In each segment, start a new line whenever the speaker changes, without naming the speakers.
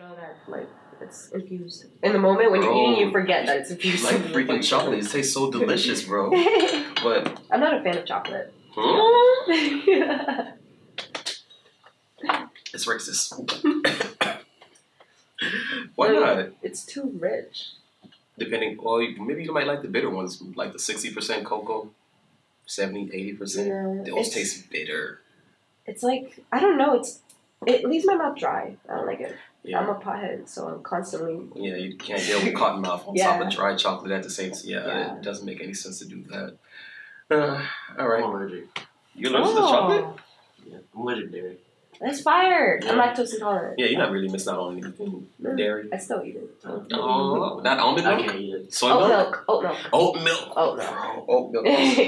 water. Like it's infused. In the moment when you're
Bro.
eating, you forget that it's infused.
Like
with
freaking chocolate. It tastes so delicious, bro. But
I'm not a fan of chocolate.
hmm, it's racist. Why not?
it's too rich.
Depending, well, you- maybe you might like the bitter ones, like the 60% cocoa, 70, 80%.
Yeah,
Those
it's,
taste bitter.
it's like I don't know. It's it leaves my mouth dry. I don't like it. I'm
Yeah.
a pothead, so I'm constantly.
Yeah, you can't deal with cotton mouth on top
Yeah.
of dry chocolate at the same time. Yeah,
Yeah.
it doesn't make any sense to do that. Uh, all
I'm
right.
allergic.
You allergic
Oh.
to chocolate?
Yeah, I'm allergic, baby.
That's fire. I'm
Yeah.
lactose intolerant.
Yeah, you're not really missing out on anything.
Mm.
Dairy.
I still eat it.
Oh, not almond
I
milk?
can't eat it.
Soy
Oat
milk?
milk. Oat milk.
Oat milk.
Oat milk.
Bro, oat milk is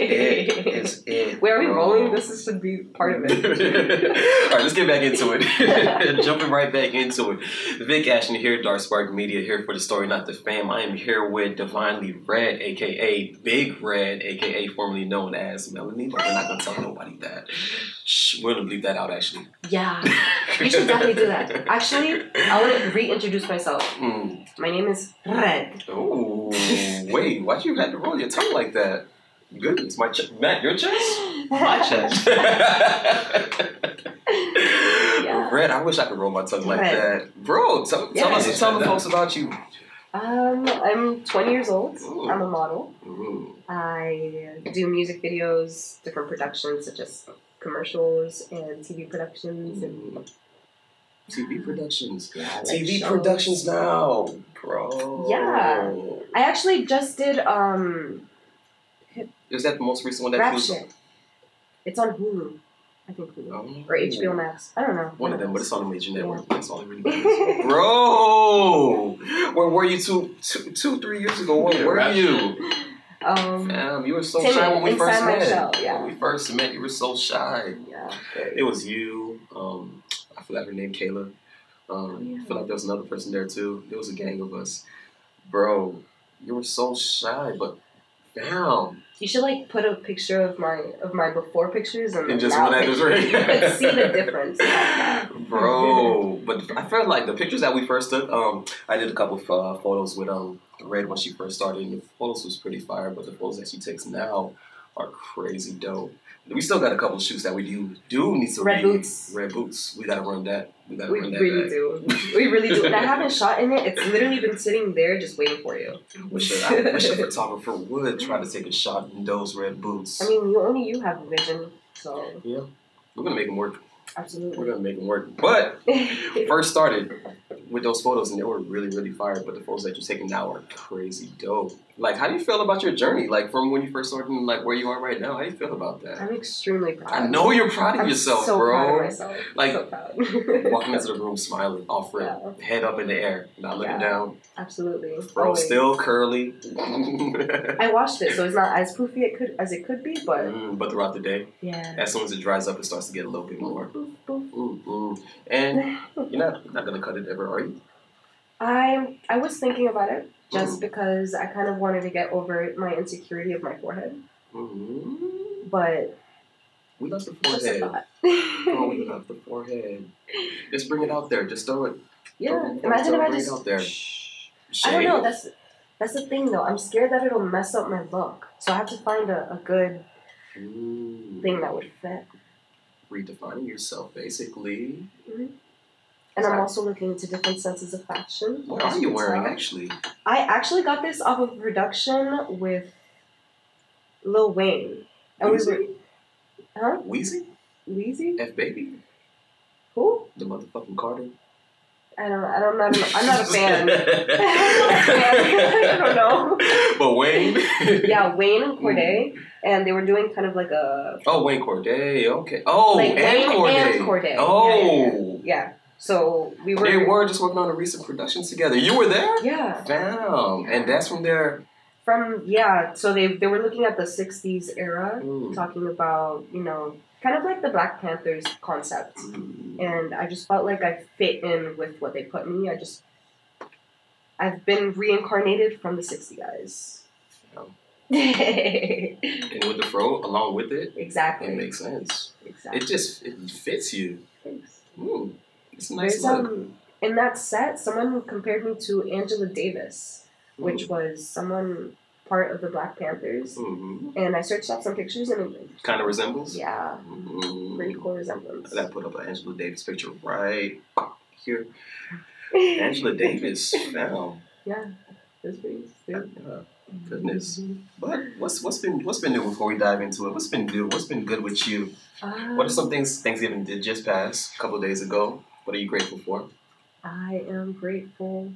it. Is it
Oh. Where are we
bro.
rolling? This is- should be part of
All
it.
right, let's get back into it. Jumping right back into it. Vic Ashton here, Dark Spark Media, here for the story, not the fam. I am here with Divinely Red, aka Big Red, aka formerly known as Melanie, but we're not gonna tell nobody that. Shh, we're gonna leave that out actually.
yeah. You should definitely do that. Actually, I want to reintroduce myself.
Mm.
My name is Red.
Oh, wait, why'd you have to roll your tongue like that? Goodness, my ch- Matt, your chest? My chest. Red, I wish I could roll my tongue like
Red.
that. Bro, tell, tell
Yeah.
us, tell the folks about you.
Um, I'm 20 years old.
Ooh.
I'm a model.
Ooh.
I do music videos, different productions such as commercials and TV productions and
TV productions.
yeah, like
TV
shows.
productions now, bro.
Yeah. I actually just did um
Is that the most recent one that
Rap
was
Shit. It's on Hulu. I think Hulu.
Oh.
Or HBO Max. I don't know.
One of them, but it's on a major network. That's all it really matters.
it's
Bro, where were you two, two, two three years ago? Where
Yeah,
were
Rap
you?
um
Damn, you were so
Timid,
shy when we
inside
first
my
met.
shell, yeah.
When we first met, you were so shy.
yeah.
It was you. Um, I forgot her name, Kayla. Um,
Oh, Yeah.
I feel like there was another person there too. There was a gang of us, bro. You were so shy, but damn,
You should like put a picture of my of my before pictures and,
and just
now
one at the
pictures.
drink.
You could see the difference.
bro. But I felt like the pictures that we first took. Um, I did a couple of uh, photos with um Red when she first started, and the photos was pretty fire. But the photos that she takes now are crazy dope. We still got a couple of shoots that we do do need to
Red
re-
boots.
Red boots. We gotta run that. We gotta
We
run that
really
back.
do. We really do. And I haven't shot in it. It's literally been sitting there just waiting for you.
Wish a, I wish a photographer would try to take a shot in those red boots.
I mean, you only you have vision, so
We're gonna make them work. We're
absolutely.
gonna make them work. But first started with those photos, and they were really, really fire. But the photos that you're taking now are crazy dope. Like, how do you feel about your journey? Like, from when you first started, and like where you are right now, how do you feel about that?
I'm extremely proud.
I know you're proud of
I'm
yourself,
so
bro.
Proud of myself.
Like-
so proud.
Walking into the room smiling, off rip,
Yeah,
head up in the air, not looking
Yeah.
down.
absolutely.
Bro,
Always.
still curly.
I washed it, so it's not as poofy it could as it could be, but
Mm, but throughout the day,
yeah.
as soon as it dries up, it starts to get a little bit more.
Boop, boop.
Mm-mm. And you're not not gonna cut it ever, are you?
I'm. I was thinking about it just
Mhm.
because I kind of wanted to get over my insecurity of my forehead,
Mm-hmm.
but
We love the
just a
forehead.
thought.
Oh, we love the forehead. Just bring it out there. Just throw it.
yeah.
Throw it-
Imagine if
throw it
I just.
out there.
I don't
Shade.
know. That's that's the thing though. I'm scared that it'll mess up my look, so I have to find a, a good
Mm.
thing that would fit.
Redefining yourself, basically.
And
Sorry.
I'm also looking into different senses of fashion.
What
as
are you
can
wearing,
tell.
actually?
I actually got this off of a production with Lil Wayne. And we were,
Weezy?
huh?
Weezy?
Weezy?
F Baby?
Who?
The motherfucking Carter?
I don't. I don't. Not, I'm not a fan. I don't know.
But Wayne?
Yeah, Wayne and Corday,
Mm.
and they were doing kind of like a
Oh, Wayne Corday. Okay. Oh,
like
and
Wayne
Corday.
and Corday.
Oh.
Yeah, yeah, yeah. Yeah. So we were.
They were just working on a recent production together. You were there?
Yeah.
Damn. And that's from their.
From yeah, so they they were looking at the '60s era,
Mm.
talking about you know kind of like the Black Panthers concept, and I just felt like I fit in with what they put me. I just I've been reincarnated from the '60 guys.
Oh. And
exactly.
with the fro along with it, it makes sense.
Exactly.
It just it fits you.
Thanks.
Mm. It's a nice
There's
look.
um in that set, someone compared me to Angela Davis, which was someone part of the Black Panthers.
hmm
And I searched up some pictures and it,
Kind of resembles.
yeah,
Mhm.
pretty cool resemblance.
I gotta put up an Angela Davis picture right here. Angela Davis found.
yeah, that's pretty Mm-hmm. sick.
Yeah, goodness. But what's what's been what's been new before we dive into it? What's been new? What's been good with you?
Um,
What are some things Thanksgiving did just pass a couple days ago? What are you grateful for?
I am grateful.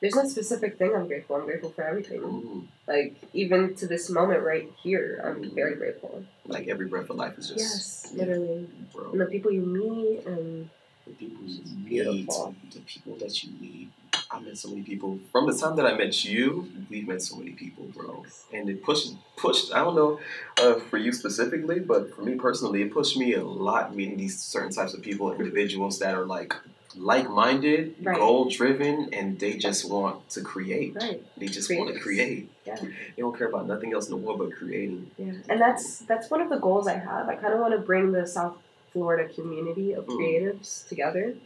There's no specific thing I'm grateful. I'm grateful for everything.
Mm,
Like even to this moment right here, I'm very grateful.
like every breath of life is just
yes, literally.
bro.
And the people you meet and
the people you
It's
meet,
beautiful.
the people that you meet. I met so many people from the time that I met you. We've met so many people, bro. And it pushed pushed. I don't know uh, for you specifically, but for me personally, it pushed me a lot meeting these certain types of people, individuals that are like like-minded,
Right.
goal-driven, and they just want to create.
right,
They just want to create.
yeah,
They don't care about nothing else in the world but creating.
yeah. And that's that's one of the goals I have. I kind of want to bring the South Florida community of
Mm.
creatives together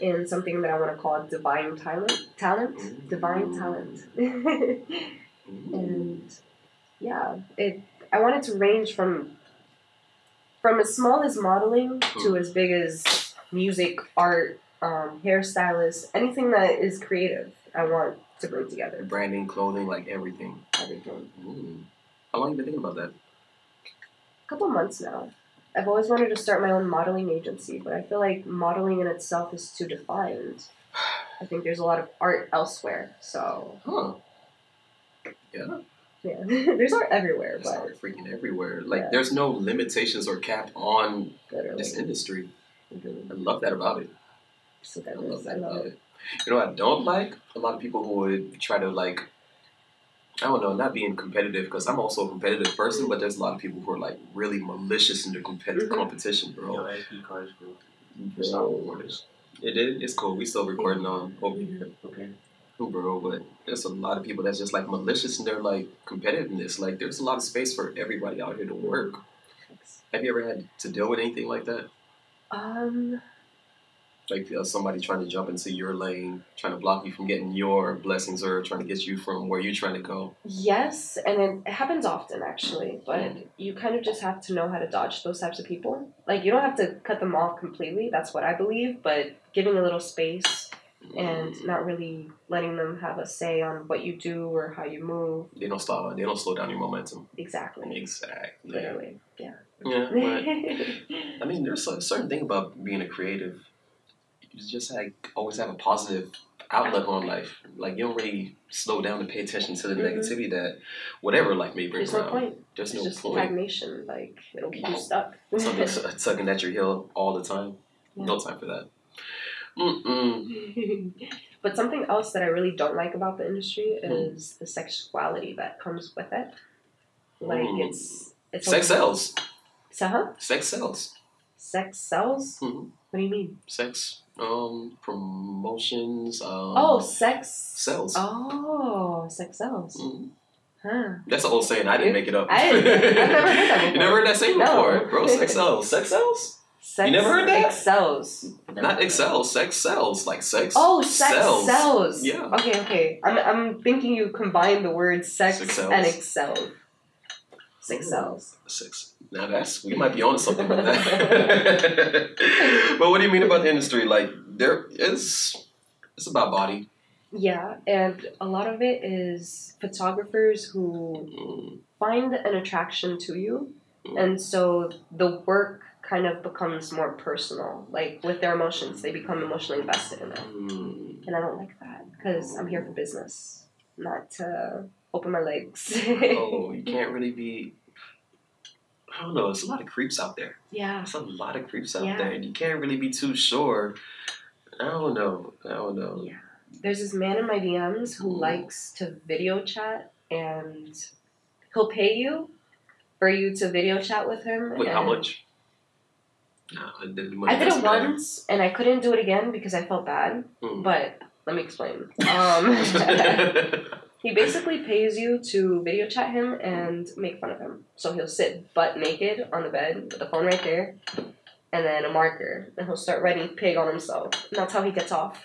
in something that I want to call divine talent, talent, divine talent.
Mm.
and yeah, it. I want it to range from from as small as modeling
Hmm.
to as big as music, art, um, hairstylist, anything that is creative. I want to bring together
Branding, clothing, like everything.
everything.
Mm. How long you been thinking about that?
A couple months now. I've always wanted to start my own modeling agency, but I feel like modeling in itself is too defined. I think there's a lot of art elsewhere, so
Huh.
yeah, there's art everywhere,
There's
but
art freaking everywhere. Like
Yeah.
there's no limitations or cap on
literally,
this industry.
Mhm.
I love that about it.
so
I
that
love
is, I
that
love
about
it.
it. You know what I don't like? A lot of people who would try to like I don't know, not being competitive because I'm also a competitive person, but there's a lot of people who are like really malicious in their compet-
Mhm.
competition, bro.
Your IP cards, bro. It's not
Bro.
recorded.
It did. It's cool. We still recording on over here.
Okay.
Ooh, bro, but there's a lot of people that's just like malicious in their like competitiveness. Like there's a lot of space for everybody out here to work. Have you ever had to deal with anything like that?
Um,
Like uh, somebody trying to jump into your lane, trying to block you from getting your blessings, or trying to get you from where you're trying to go.
Yes, and it- it happens often actually, but you kind of just have to know how to dodge those types of people. Like you don't have to cut them off completely, that's what I believe, but giving a little space and
Mm-hmm. Mm.
not really letting them have a say on what you do or how you move.
they don't slow. They don't slow down your momentum.
Exactly.
Exactly. Yeah.
Literally. Yeah.
but, I mean, there's a certain thing about being a creative. You just like always have a positive outlook on life. Like you don't really slow down to pay attention to the
Mhm.
negativity that whatever life may bring
There's no
around.
point.
There's
It's
no
just
point.
stagnation. Like it'll keep you stuck.
Something's uh, tugging at your heel all the time. No time for that. Mm-mm.
but something else that I really don't like about the industry
Hmm.
is the sexuality that comes with it. Like
Mm.
it's it's
Sex
almost-
sells.
So, huh?
Sex sells.
Sex sells.
Mhm.
What do you mean?
Sex um, promotions. Um,
oh, sex
sells.
Oh, sex sells.
Mhm.
Huh.
That's an old saying. I didn't make it up.
I didn't- I've never heard that
you never
before.
heard that saying
No.
before, bro. Sex sells. Sex sells.
Sex
never heard that?
Excels.
Not excel. Sex sells. Like sex.
Oh, sex
sells.
sells.
Yeah.
Okay, okay. I'm, I'm thinking you combine the words sex
Sex sells. Hmm.
and excel. Sex
Ooh.
sells.
Sex. Now that's we might be on something with that. but what do you mean about the industry? Like there is. It's about body.
Yeah, and a lot of it is photographers who
Mm,
find an attraction to you
Mm.
and so the work kind of becomes more personal like with their emotions they become emotionally invested in it
mm.
and i don't like that because i'm here for business not to open my legs
Oh, you can't really be. I don't know. It's a lot of creeps out there.
yeah
There's a lot of creeps out
Yeah.
there, and you can't really be too sure. I don't know. I don't know.
yeah there's this man in my dms who
Mm.
likes to video chat and he'll pay you for you to video chat with him
Wait, how
and-
much? Nah, the- the money
i did it
doesn't matter.
once and i couldn't do it again because i felt bad
Mm.
but let me explain um He basically pays you to video chat him and make fun of him. So he'll sit butt naked on the bed with the phone right there, and then a marker, and he'll start writing pig on himself, and that's how he gets off.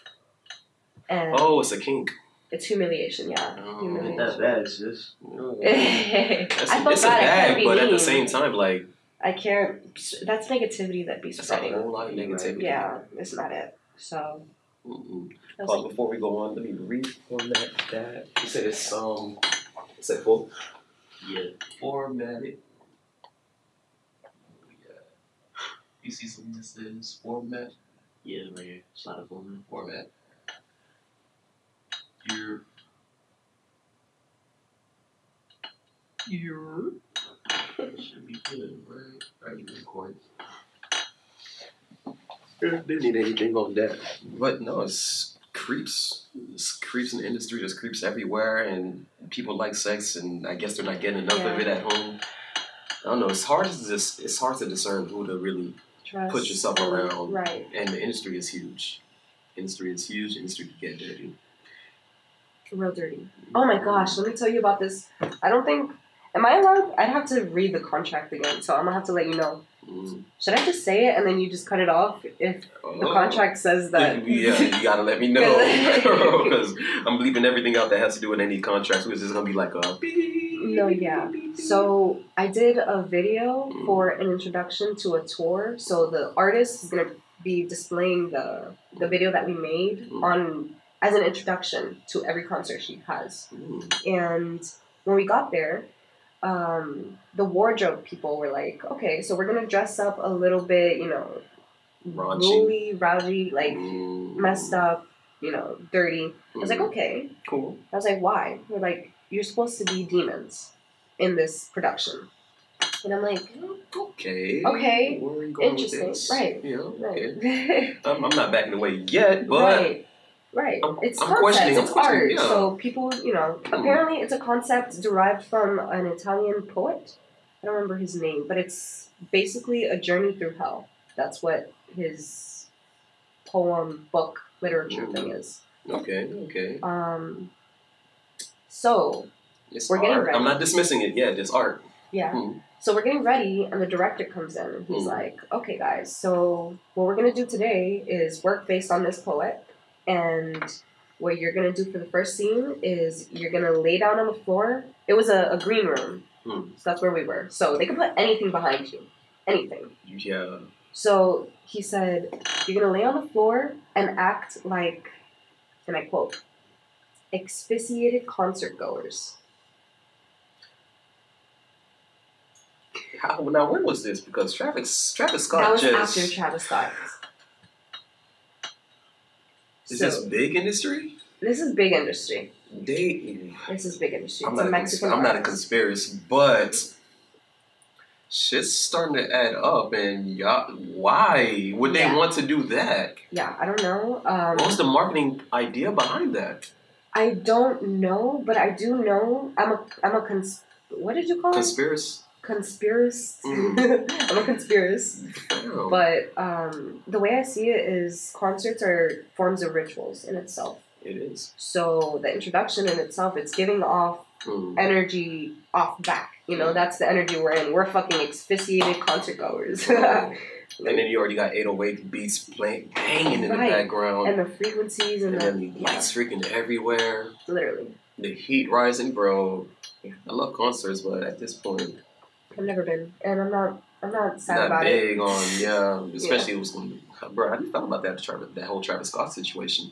And
Oh, it's a kink.
it's humiliation, yeah.
Oh,
humiliation.
Not bad, it's just.
I
That's,
felt
it's a
bad. I
bag,
can't be
but at
mean.
the same time, like
I can't. That's negativity that be
that's a
spreading.
whole lot of negativity.
Yeah, it's not it. So.
Mm-mm.
that was-
Pause before we go on, let me reformat that. You said it's um, it's at full.
Yeah.
format it. Oh, Yeah. You see something that says format,
Yeah, right here. Slide up on there.
format. Your. Your. Should be good, right? Right, you record.
Didn't need anything on that. But no, it's creeps. It's creeps in the industry. There's creeps everywhere, and people like sex, and I guess they're not getting enough of
Yeah.
it at home. I don't know. It's hard to dis- It's hard to discern who to really
Trust.
put yourself around.
Right.
And the industry is huge. Industry is huge. Industry can get dirty.
Real dirty. Oh my gosh, let me tell you about this. I don't think. Am I allowed? I'd have to read the contract again, so I'm gonna have to let you know.
Mm.
Should I just say it and then you just cut it off if Mm-hmm. the
Oh.
contract says that?
yeah, you gotta let me know because I'm bleeping everything out that has to do with any contracts. Because it's gonna be like a
no, yeah. So I did a video for an introduction to a tour. So the artist is gonna be displaying the the video that we made
Mm.
on as an introduction to every concert she has.
Mm.
And when we got there, um, the wardrobe people were like, "Okay, so we're gonna dress up a little bit, you know,
Raunchy.
wooly, rowdy, like
Mm.
messed up, you know, dirty." I was like, oh,
Mm.
"Okay."
cool.
I was like, "Why?" They're like, "You're supposed to be demons in this production," and I'm like,
Okay.
Okay.
Where are we going
Interesting.
With this?
Right.
You know, okay. Um,
"Right,
I'm, I'm not backing away yet, but
right." Right,
I'm-
it's
I'm
concept,
questioning, I'm
it's art.
questioning, yeah. Hmm.
So people, you know, apparently it's a concept derived from an Italian poet. I don't remember his name, but it's basically a journey through hell. That's what his poem, book, literature
Mhm.
thing is.
okay, okay.
Um, so
It's
We're getting
art.
ready.
I'm not dismissing it yet. It's art.
yeah,
Hmm.
so we're getting ready, and the director comes in, and he's
Mhm.
like, "Okay, guys, so what we're gonna do today is work based on this poet, and what you're gonna do for the first scene is you're gonna lay down on the floor. It was a, a green room,
Mhm.
so that's where we were. So they could put anything behind you, anything."
Yeah.
So he said, You're gonna lay on the floor and act like, and I quote, expiciated concert goers.
How, now when was this? Because Travis Travis Scott
That was
just
after Travis Scott.
is
So,
this big industry?
this is big industry.
They
This is big industry.
I'm
it's
not,
a
a cons-
Mexican.
I'm not a
artist.
conspiracy, but shit's starting to add up. And y'all, why would they
Yeah.
want to do that?
Yeah, I don't know.
What was
Um,
the marketing idea behind that?
I don't know, but I do know I'm a I'm a cons. What did you call it?
Conspiracy.
Conspiracy.
Mm.
I'm a conspiracist.
Damn.
But um, the way I see it is concerts are forms of rituals in itself.
it is.
So the introduction in itself, it's giving off
Mm.
energy off back. You know, that's the energy we're in. We're fucking asphyxiated concert goers. and
and then you already got 808 beats playing, banging in the
Right.
background,
the frequencies and
and then
the
the lights freaking everywhere,
literally.
the heat rising, bro.
Yeah.
I love concerts, but at this point,
I've never been, and I'm not. I'm not sad
not
about
big
it.
on yeah, especially it was going to bro. I didn't thought about that Travis, that whole Travis Scott situation.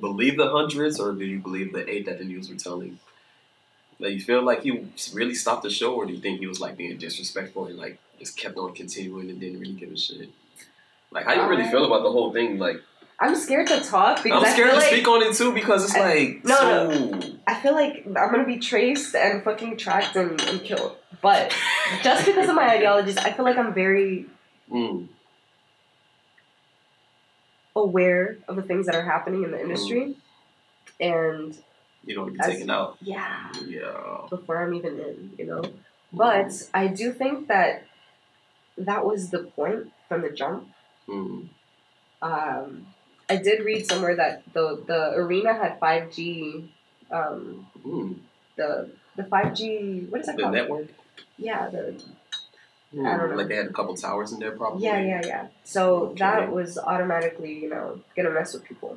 Believe the hundreds, or do you believe the eight that the news were telling? Like you feel like he really stopped the show, or do you think he was like being disrespectful and like just kept on continuing and didn't really give a shit? Like how you really feel about the whole thing? Like
I'm scared to talk because
I'm scared
I
to
feel like
speak on it too because it's
I-
like
no,
so.
I feel like I'm gonna be traced and fucking tracked and, and killed. But just because of my ideologies, I feel like I'm very
Mm,
aware of the things that are happening in the industry. And
you don't get
As-
taken out.
yeah,
Yeah.
before I'm even in, you know. But I do think that that was the point from the jump.
Mm,
Um, I did read somewhere that the the arena had five G, um,
mm.
the the five G. What is that
The
called?
network.
Yeah, the I don't know.
Mm-hmm. Like they had a couple towers in there, probably.
Yeah, yeah, yeah. So
Okay.
that was automatically, you know, gonna mess with people.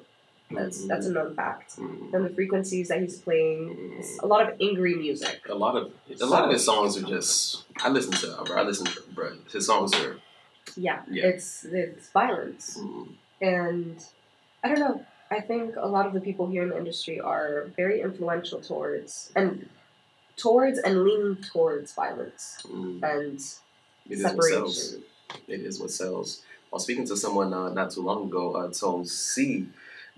That's
Mm-hmm.
that's a known fact.
Mm,
And the frequencies that he's playing,
mm.
a lot of angry music.
A lot of a lot of his songs are just. I listen to that, bro. I listen to bro. His songs are.
Yeah,
Yeah.
it's it's violence,
mm,
and I don't know. I think a lot of the people here in the industry are very influential towards and towards and leaning towards violence
mm,
and
it is what sells.
separation.
It is what sells. I was speaking to someone uh, not too long ago, uh, Tom C,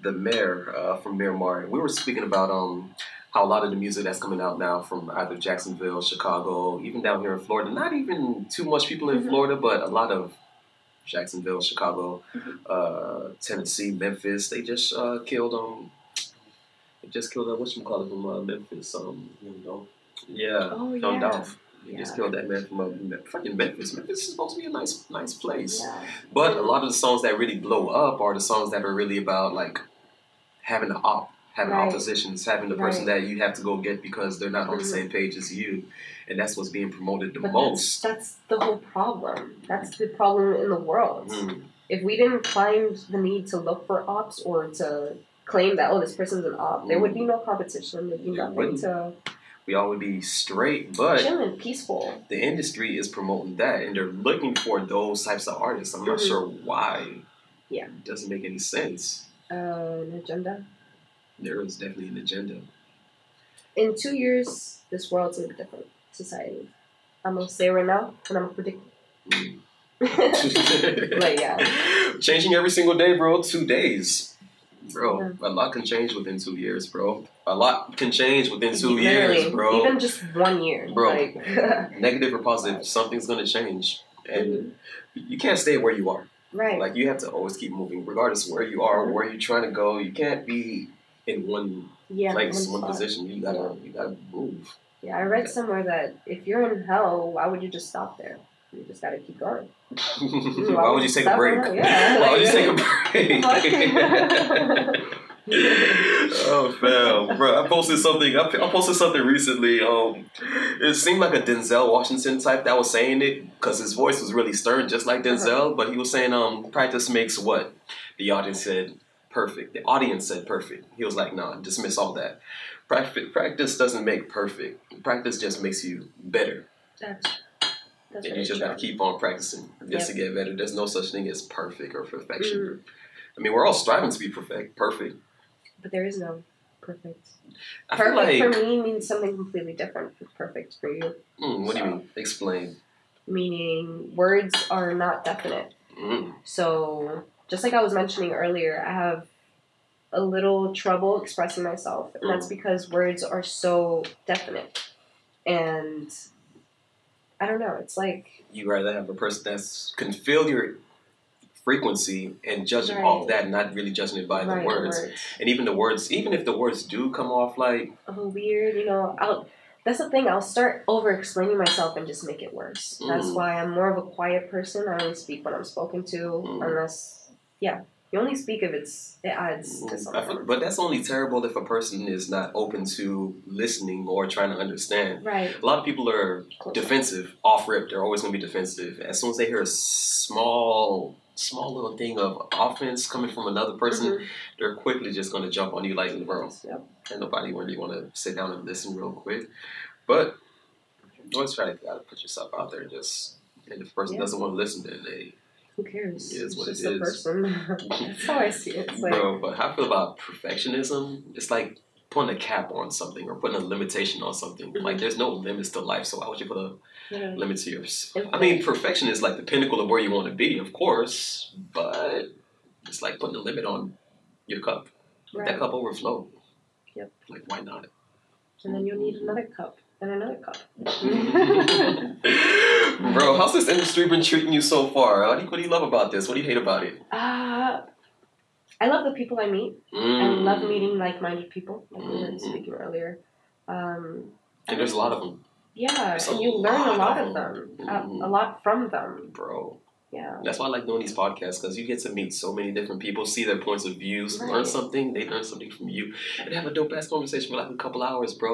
the mayor uh, from Miramar. We were speaking about um how a lot of the music that's coming out now from either Jacksonville, Chicago, even down here in Florida, not even too much people in
Mhm.
Florida, but a lot of Jacksonville, Chicago,
Mhm.
uh, Tennessee, Memphis, they just uh, killed um they just killed uh, whatchamacallit from uh, Memphis, um you know. Yeah.
Oh
Don
yeah.
Dolph. He
Yeah.
just killed that man from uh, Me- fucking Memphis. Memphis is supposed to be a nice, nice place.
yeah.
But a lot of the songs that really blow up are the songs that are really about like having the op, having
Right.
oppositions, having the person that you have to go get because they're not on the same page as you, and that's what's being promoted the
Mm-hmm. But that's,
most.
that's the whole problem. That's the problem in the world.
Mm,
if we didn't find the need to look for ops or to claim that oh this person's an op, there would be no competition. There'd be
There
nothing
Mm. wouldn't.
to
We all would be straight, but
chill and peaceful.
the industry is promoting that, and they're looking for those types of artists. I'm not
Mhm.
sure why.
Yeah.
it doesn't make any sense.
Uh, an agenda.
There is definitely an agenda.
In two years, this world's in a different society. I'm gonna say right now, and I'm gonna
Mm.
predict. but yeah,
Changing every single day, bro. Two days. Bro,
Yeah.
a lot can change within two years, bro. A lot can change within two
Literally,
years, bro.
Even just one year,
Bro.
Like,
Negative or positive, something's gonna change. And
Mhm.
you can't stay where you are.
right,
Like you have to always keep moving, regardless of where you are, where you're trying to go. You can't be in one
yeah,
place,
one
one
spot.
position. You gotta you gotta move.
Yeah, I read somewhere that if you're in hell, why would you just stop there? You just gotta keep going.
Why would you take a
stop
break?
around? Yeah,
Why would you
like-
take a break? oh fam, bro! I posted something. I, I posted something recently. Um, it seemed like a Denzel Washington type that was saying it because his voice was really stern, just like Denzel. But he was saying, "Um, practice makes what?" The audience said, "Perfect." The audience said, "Perfect." He was like, "Nah, dismiss all that. Practice, practice doesn't make perfect. Practice just makes you better,
That's, that's
and
very
you just
true.
gotta keep on practicing just to get better. There's no such thing as perfect or
Mm,
perfection. I mean, we're all striving to be perfect. Perfect.
But there is no perfect.
I feel
perfect
like.
for me means something completely different from perfect for you.
Mm, what do you
So-
mean? Explain.
Meaning words are not definite.
Mm.
So just like I was mentioning earlier, I have a little trouble expressing myself, and
Mm.
that's because words are so definite. And I don't know. It's like
You rather have a person that's can feel your frequency and judge it off
Right.
that, not really judging it by
right,
the words. And even the words, even if the words do come off like,
oh weird you know i'll that's the thing i'll start over explaining myself and just make it worse that's
Mm.
why i'm more of a quiet person i only speak when i'm spoken to
Mm.
unless yeah you only speak if it's it adds to
mm, I feel-
something
but that's only terrible if a person is not open to listening or trying to understand.
right
A lot of people are
Close.
defensive, off rip. They're always going to be defensive. As soon as they hear a small, small little thing of offense coming from another person,
Mhm.
they're quickly just going to jump on you like, bro,
Mm-hmm. Yep.
and nobody really want to sit down and listen real quick. But you always try to gotta put yourself out there. Just and if the person
Yeah.
doesn't want to listen, then they
who cares
It is
it's
what
just
it
a
is.
person that's how i see it it's like
bro. But how I feel about perfectionism? It's like putting a cap on something or putting a limitation on something.
Mhm.
Like there's no limits to life, so why would you put a
yeah.
limit to yours?
Okay.
I mean, perfection is like the pinnacle of where you want to be, of course, but it's like putting a limit on your cup. Let
right.
That cup overflow.
Yep.
Like why not?
and then you'll need another cup and another cup
Bro, how's this industry been treating you so far? What do, you, what do you love about this? What do you hate about it?
uh, i love the people i meet i
Mm.
love meeting like-minded people like we were
Mhm.
speaking earlier um,
And there's a lot of them,
Yeah,
There's a
and you learn a
lot
lot
of
of them, uh,
Mhm.
a, a lot from them.
bro.
Yeah,
That's why I like doing these podcasts because you get to meet so many different people, see their points of views, learn
Right.
something. They learn something from you, and have a dope ass conversation for like a couple hours, bro.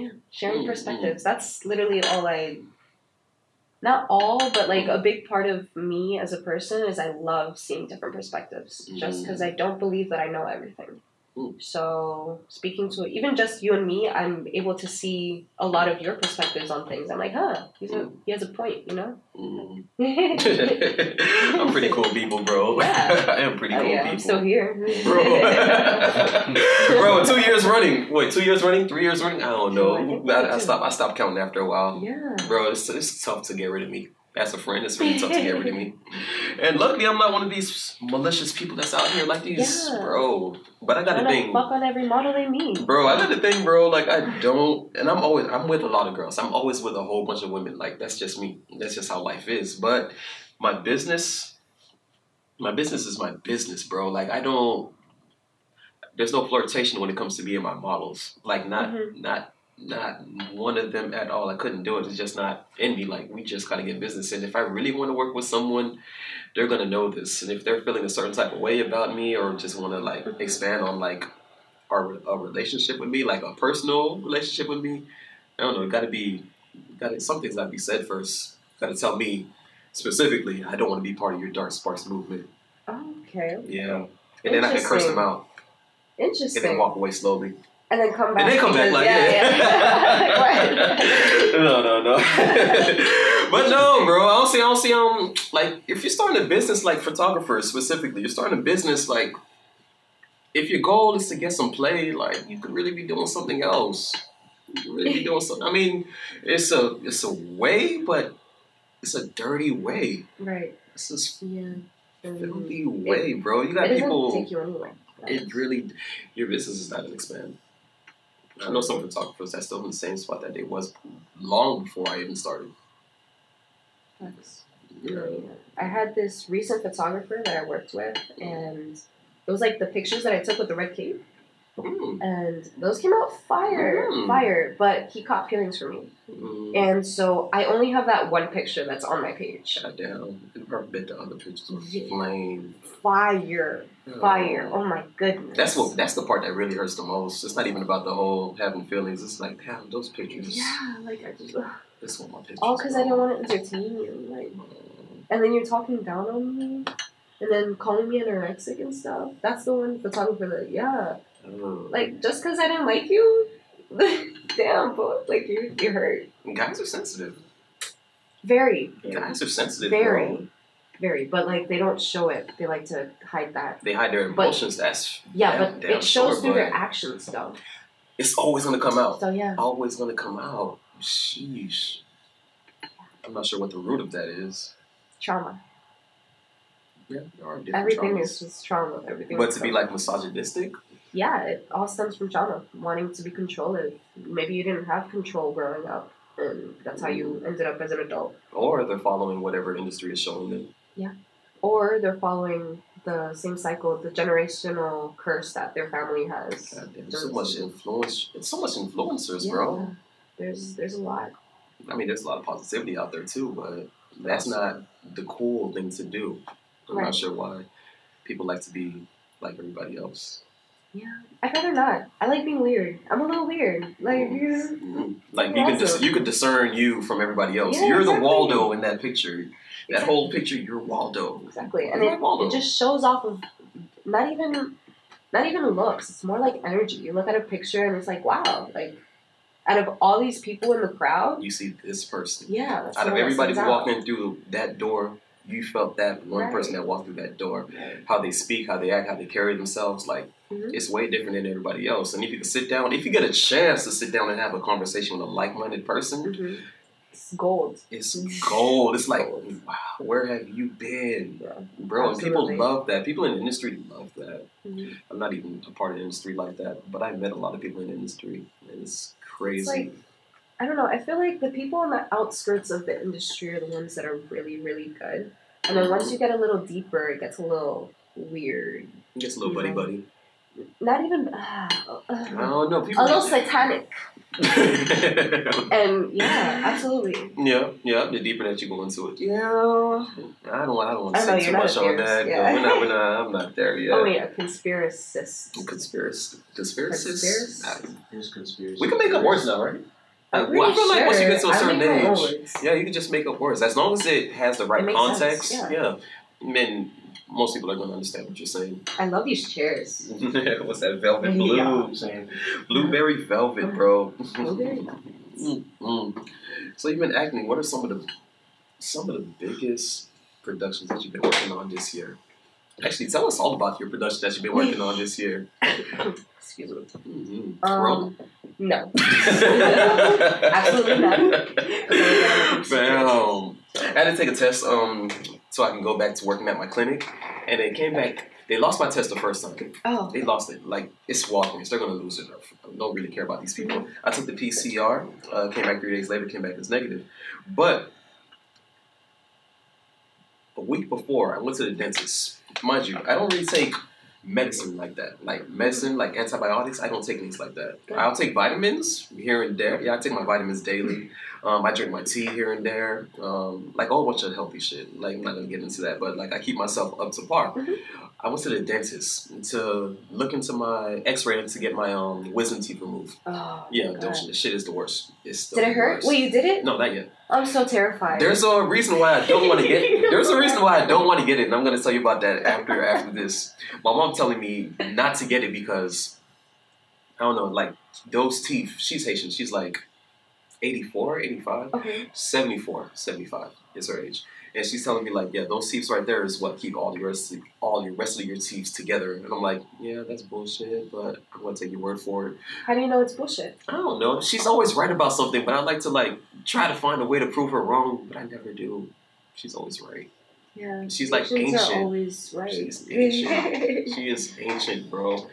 yeah, sharing
Mhm.
perspectives. That's literally all I not all, but like a big part of me as a person is I love seeing different perspectives just because I don't believe that I know everything.
Mm. Ooh.
So, speaking to even just you and me, I'm able to see a lot of your perspectives on things. I'm like, huh, he's a, he has a point, you know?
Mm.
yeah,
I'm pretty cool people, bro.
Yeah.
I am pretty
oh,
cool
yeah,
people.
I'm still here.
Bro. Bro, two years running. Wait, two years running? Three years running? I don't
I
know.
think
I, I
so.
stopped. I stopped counting after a while.
yeah.
Bro, it's, it's tough to get rid of me. As a friend, it's really tough to get rid of me. And luckily, I'm not one of these malicious people that's out here like these,
Yeah.
bro. But I got
Why
a
not
thing.
fuck on every model they meet.
Bro, I got the thing, bro. Like I don't, and I'm always I'm with a lot of girls. I'm always with a whole bunch of women. Like that's just me. That's just how life is. But my business, my business is my business, bro. Like I don't. There's no flirtation when it comes to being my models. Like not not not one of them at all. I couldn't do it. It's just not in me. Like we just gotta get business. And if I really want to work with someone, they're gonna know this, and if they're feeling a certain type of way about me, or just want to like expand on like our a relationship with me, like a personal relationship with me, I don't know. It gotta be, gotta something's gotta be said first. Gotta tell me specifically, I don't want to be part of your dark sparks movement.
Okay.
Yeah, and then I can curse them
Interesting.
out and
Interesting.
then walk away slowly,
And then come back.
and they come back
because-
like,
yeah, yeah. Right.
no, no, no. but no, bro. I don't see. I don't see. Um, like if you're starting a business, like photographers specifically, you're starting a business. Like, if your goal is to get some play, like you could really be doing something else. You could really be doing something. I mean, it's a it's a way, but it's a dirty way.
Right.
It's a
Yeah. Um,
filthy way, bro. You got
it doesn't
people.
take you anywhere.
It really, your business is not an expand. I know some photographers that's still in the same spot that they was long before I even started.
Sucks.
You know?
I had this recent photographer that I worked with, and it was like the pictures that I took with the red cape,
Mm,
and those came out fire,
Mm.
fire. But he caught feelings for me,
mm,
and so I only have that one picture that's on my page.
Shut down. And I bet the other pictures were
Yeah.
flame.
Fire, fire!
Oh.
Oh my goodness.
That's what. That's the part that really hurts the most. It's not even about the whole having feelings. It's like, damn, those pictures.
Yeah, like I just ugh.
This one, my pictures.
all because I
bro.
didn't want to entertain you, like, and then you're talking down on me, and then calling me anorexic and stuff. That's the one photographer that yeah.
Mm.
Like just because I didn't like you, damn, boy, like you, you hurt.
guys are sensitive.
Very,
Guys are sensitive.
Very.
bro.
very, but like they don't show it. They like to hide that.
They hide their
But-
emotions. that's
Yeah,
damn-
but
damn
it shows
sure,
through their
but
actions though.
It's always gonna come out.
So yeah,
always gonna come out. Sheesh. I'm not sure what the root of that is.
trauma.
Yeah, there are different
Everything
traumas.
is just trauma. Everything.
But
is
to be
trauma.
like misogynistic,
yeah, it all stems from trauma. Wanting to be controlled. Maybe you didn't have control growing up, and that's how you ended up as an adult.
or they're following whatever industry is showing them.
Or they're following the same cycle, the generational curse that their family has.
God damn, there's so much influence. It's so much influencers, bro.
Yeah, There's there's a lot.
I mean, there's a lot of positivity out there too, but that's not the cool thing to do. I'm
Right.
not sure why people like to be like everybody else.
Yeah, I'd rather not. I like being weird. I'm a little weird. Like,
Mm. Like you can dis-
Awesome.
you can discern you from everybody else.
Yeah,
you're the
exactly.
Waldo in that picture. That whole picture, you're Waldo.
exactly, and
You're
it,
Waldo.
it just shows off of not even not even looks. It's more like energy. You look at a picture and it's like, wow, like out of all these people in the crowd,
you see this person.
yeah, that's
Out
the
of
one that
everybody
stands
who
out.
walked in through that door, you felt that one
Right.
person that walked through that door, how they speak, how they act, how they carry themselves. Like
Mhm.
it's way different than everybody else. And if you can sit down, if you get a chance to sit down and have a conversation with a like-minded person,
Mhm. It's gold.
it's gold. It's like,
Gold.
wow, where have you been,
Yeah.
bro? And people
Absolutely.
love that. People in the industry love that.
Mhm.
I'm not even a part of the industry like that, but I met a lot of people in the industry, and it's crazy.
like- I don't know. I feel like the people on the outskirts of the industry are the ones that are really, really good. And then once you get a little deeper, it gets a little weird.
it gets a little
you
buddy
know.
buddy.
Not even. ah,
I
ah.
don't know.
a
People
little satanic. And yeah, absolutely.
yeah, yeah. The deeper that you go into it, yeah. I don't. I don't want to
I know,
say too
you're not
much
a
on
theorist,
that.
yeah.
We're not. We're not. I'm not there yet.
Oh wait, a conspiracist.
Conspiracy. Conspiracy.
Conspiracy?
Uh,
There's conspiracy.
We can make up words now, right?
I'm
Like,
pretty
well, I feel like once you
sure
get to a
I
certain
make my own
age,
words.
Yeah, you can just make up words as long as it has the right
makes
context.
sense,
yeah. then most people are going to understand what you're saying.
I love these chairs.
What's that velvet blue?
Yeah.
I'm saying blueberry velvet, bro.
Blueberry
Mm. So you've been acting. What are some of the some of the biggest productions that you've been working on this year? Actually, tell us all about your production that you've been working on this year.
Excuse me.
Mhm. Corona.
Um, no. Absolutely not.
Bam. I had to take a test um so I can go back to working at my clinic, and they came back. They lost my test the first time.
Oh.
They lost it. Like it's Walgreens. They're gonna lose it. I don't really care about these people. I took the PCR. Uh, came back three days later. Came back as negative. But a week before, I went to the dentist. Mind you, I don't really take medicine like that. Like medicine, like antibiotics, I don't take things like that. I'll take vitamins here and there. Yeah, I take my vitamins daily. Um, I drink my tea here and there. Um, like a whole bunch of healthy shit. Like I'm not gonna get into that, but like I keep myself up to par.
Mhm.
I went to the dentist to look into my X-ray to get my um, wisdom teeth removed.
Oh,
Yeah,
God.
the shit is the worst. It's the
Did it hurt?
worst.
Wait, you did it?
No, not yet.
I'm so terrified.
There's a reason why I don't want to get. There's a reason why I don't want to get it, and I'm gonna tell you about that after after this. My mom telling me not to get it because I don't know, like those teeth. She's Haitian. She's like 84, 85,
okay.
74, 75 is her age, and she's telling me like, yeah, those teeth right there is what keep all the rest all the rest of your teeth together. And I'm like, yeah, that's bullshit, but I'm gonna take your word for it.
How do you know it's bullshit?
I don't know. She's always right about something, but I like to like try to find a way to prove her wrong, but I never do. She's always right.
Yeah.
She's like
Asians are
ancient.
always right.
She's ancient. She is ancient, bro.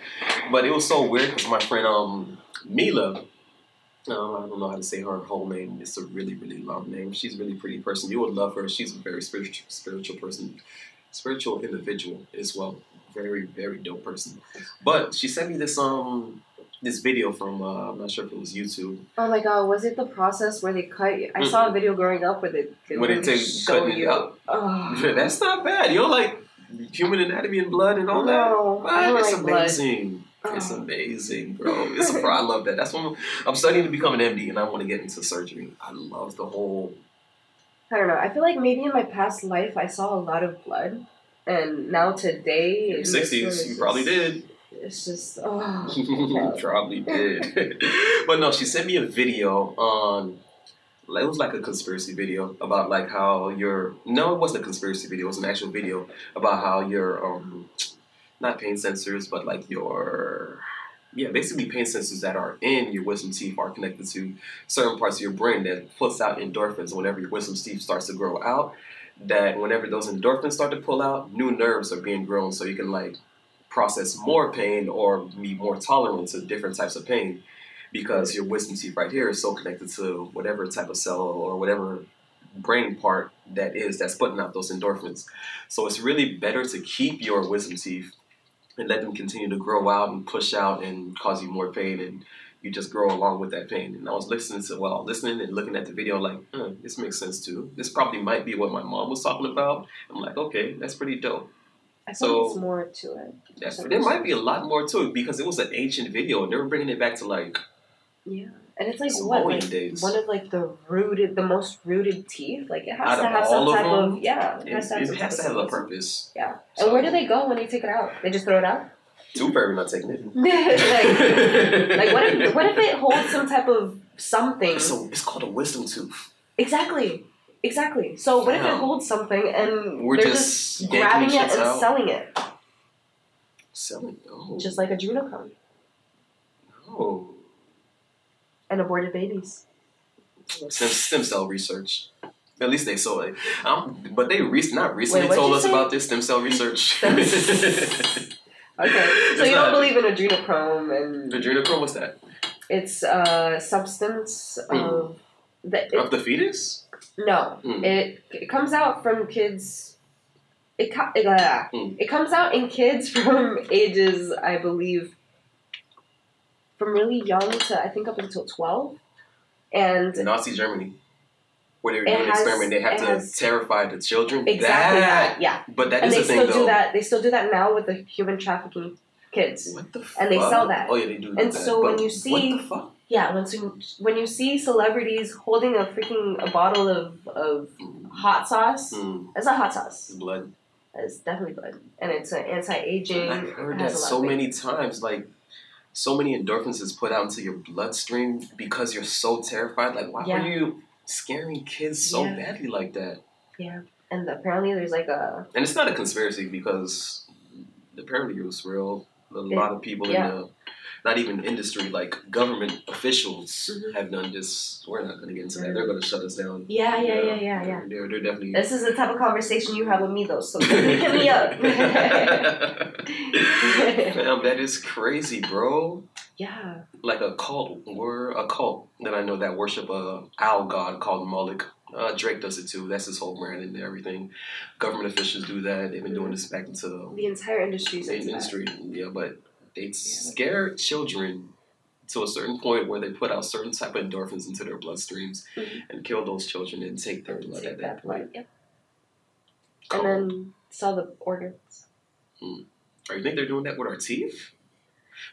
But it was so weird because my friend um Mila, um, I don't know how to say her whole name. It's a really really long name. She's a really pretty person. You would love her. She's a very spiritual spiritual person, spiritual individual as well. Very very dope person. But she sent me this um this video from uh, I'm not sure if it was YouTube.
oh my god, was it the process where they cut you? I saw a video growing up where they, they
Where they
literally
take-
show
cutting it
you.
up.
Oh.
That's not bad. You know, like human anatomy and blood and all that.
Oh, no, I
Man,
don't
it's
like blood.
amazing. It's
Oh.
amazing, bro. It's a, I love that. That's when I'm, I'm studying to become an MD, and I want to get into surgery. I love the whole.
I don't know. I feel like maybe in my past life I saw a lot of blood, and now today in this
Sixties,
one,
you probably did.
It's just oh,
You probably did. but no, she sent me a video on. like, It was like a conspiracy video about like how your no, it wasn't a conspiracy video. It was an actual video about how your um, not pain sensors, but like your yeah, basically pain sensors that are in your wisdom teeth are connected to certain parts of your brain that puts out endorphins. Whenever your wisdom teeth starts to grow out, that whenever those endorphins start to pull out, new nerves are being grown, so you can like process more pain or be more tolerant to different types of pain because your wisdom teeth right here is so connected to whatever type of cell or whatever brain part that is that's putting out those endorphins. So it's really better to keep your wisdom teeth and let them continue to grow out and push out and cause you more pain and you just grow along with that pain. And I was listening to while listening and looking at the video like, huh, this makes sense too. This probably might be what my mom was talking about. I'm like, okay, that's pretty dope.
I think
So-
it's more to it.
That's, there might be a lot more to it because it was an ancient video and they were bringing it back to like
Yeah, and it's like what
Samoan
like,
days.
one of like the rooted, the most rooted teeth. Like it has
Out
to
of
have some
all of
type
them,
of yeah. It
It,
has to have,
it
some
has to
type
have
of
a purpose.
Yeah.
So-
And where do they go when you take it out? They just throw it out.
Too fairy not taking it.
like, like what if what if it holds some type of something?
It's, a, it's called a wisdom tooth.
exactly, exactly. So what if it
Yeah.
holds something and
We're
they're
just, yanking
grabbing it
shits
and
out.
selling it,
selling. Oh,
just like adrenochrome
no.
and aborted babies?
Stem, stem cell research. At least they saw it. Um, but they re- not recently
what'd
told
you
us
say?
about this stem cell research.
Stem- Okay, so
It's
you don't
not-
believe in adrenochrome and
Adrenochrome, what's that?
it's a substance of that.
Of the fetus?
No,
Mm.
it it comes out from kids. It co- it, uh,
Mm.
it comes out in kids from ages, I believe, from really young to I think up until twelve, and
in Nazi Germany, where they were
It
doing an
has-
experiment. They
it
have to
has-
terrify the children.
exactly that, yeah.
But that
and
is
they
a thing,
still
though.
do that. They still do that now with the human trafficking kids.
What the fuck?
And they sell that.
Oh yeah, they do. do
And
that.
so
But
when you
what
see-
the fuck?
yeah, once you when you see celebrities holding a freaking a bottle of of hot sauce,
Mm,
it's not hot sauce.
blood.
It's definitely blood, and it's an anti-aging.
I've heard
it has
that
a lot
so
of things.
many times. Like, so many endorphins is put out into your bloodstream because you're so terrified. Like, why
Yeah.
were you scaring kids so
Yeah.
badly like that?
And apparently, there's like a
And it's not a conspiracy because apparently it was real. A lot of people
Yeah.
in the not even industry, like government officials,
Mhm.
have done this. We're not going to get into that. They're going to shut us down.
Mm-hmm. yeah, yeah, yeah, yeah, yeah.
They're, they're definitely.
This is the type of conversation you have with me, though. So hit me up.
Damn, that is crazy, bro.
yeah.
Like a cult, were a cult that I know that worship a owl god called Moloch. Uh, Drake does it too. That's his whole brand and everything. Government officials do that. They've been
Mm-hmm.
doing this back into the
The entire industry's
same
into that.
industry. Yeah, but they scare children to a certain point where they put out certain type of endorphins into their bloodstreams
Mhm.
and kill those children and take their blood
Take
at that
that blood,
point.
yep.
Cult.
And then sell the organs.
Or you think they're doing that with our teeth?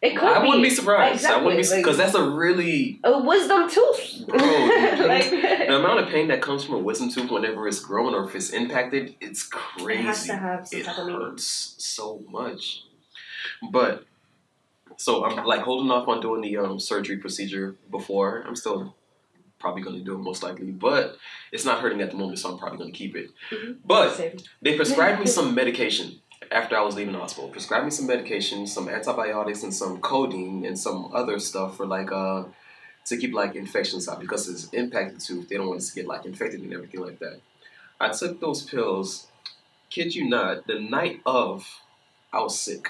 It could
I
be.
wouldn't be surprised. I wouldn't be
Exactly,
because that's a really
a wisdom tooth.
Bro, you-
like,
the amount of pain that comes from a wisdom tooth whenever it's grown or if it's impacted. It's crazy.
it has to have some
it
type of meaning.
hurts so much. But so I'm like holding off on doing the um, surgery procedure before. I'm still probably going to do it most likely, but it's not hurting at the moment, so I'm probably going to keep it.
Mhm.
But
Same.
they prescribed me some medication after I was leaving the hospital. Prescribed me some medication, some antibiotics, and some codeine and some other stuff for like uh to keep like infections out because it's impacted tooth. They don't want it to get like infected and everything like that. I took those pills. Kid you not, the night of, I was sick.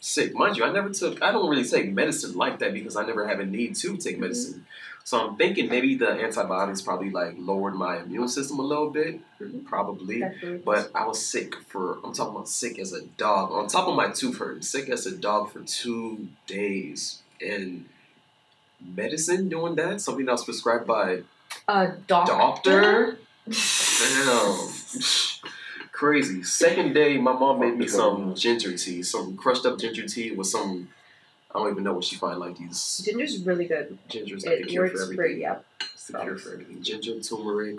Sick, mind you. I never took. I don't really take medicine like that because I never have a need to take medicine. So I'm thinking maybe the antibiotics probably like lowered my immune system a little bit,
Mhm.
probably.
Definitely.
But I was sick for, I'm talking about sick as a dog. On top of my tooth hurting, sick as a dog for two days. And medicine doing that? Something that was prescribed by
a doctor.
doctor? Damn. Crazy. Second day, my mom made me some ginger tea, some crushed up ginger tea with some, I don't even know what she find, like these
Ginger's really good.
gingers like the
It
cure for
works for
everything.
yep.
It's the cure for everything. Ginger, turmeric,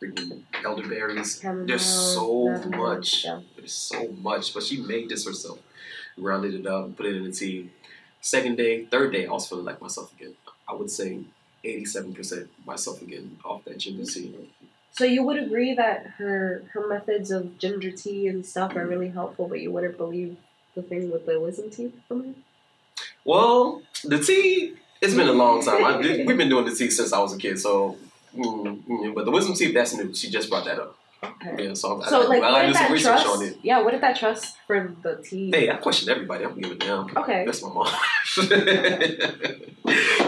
freaking elderberries.
Chamomile,
There's so
lavender,
much.
yeah.
There's so much, but she made this herself. Rounded it up, put it in the tea. Second day, third day, I was feeling like myself again. I would say 87% myself again off that ginger tea.
So you would agree that her her methods of ginger tea and stuff are really helpful, but you wouldn't believe the thing with the wisdom teeth from her.
Well, the tea, it's been a long time. I did, we've been doing the tea since I was a kid, so. mm, mm, but the wisdom teeth, that's new. She just brought that up.
Okay.
Yeah, so, I,
So
I,
like,
I,
what
do
did
some
that
research
trust?
on it.
Yeah, what did that trust for the tea?
Hey, I question everybody. I don't give a damn.
Okay.
That's my mom.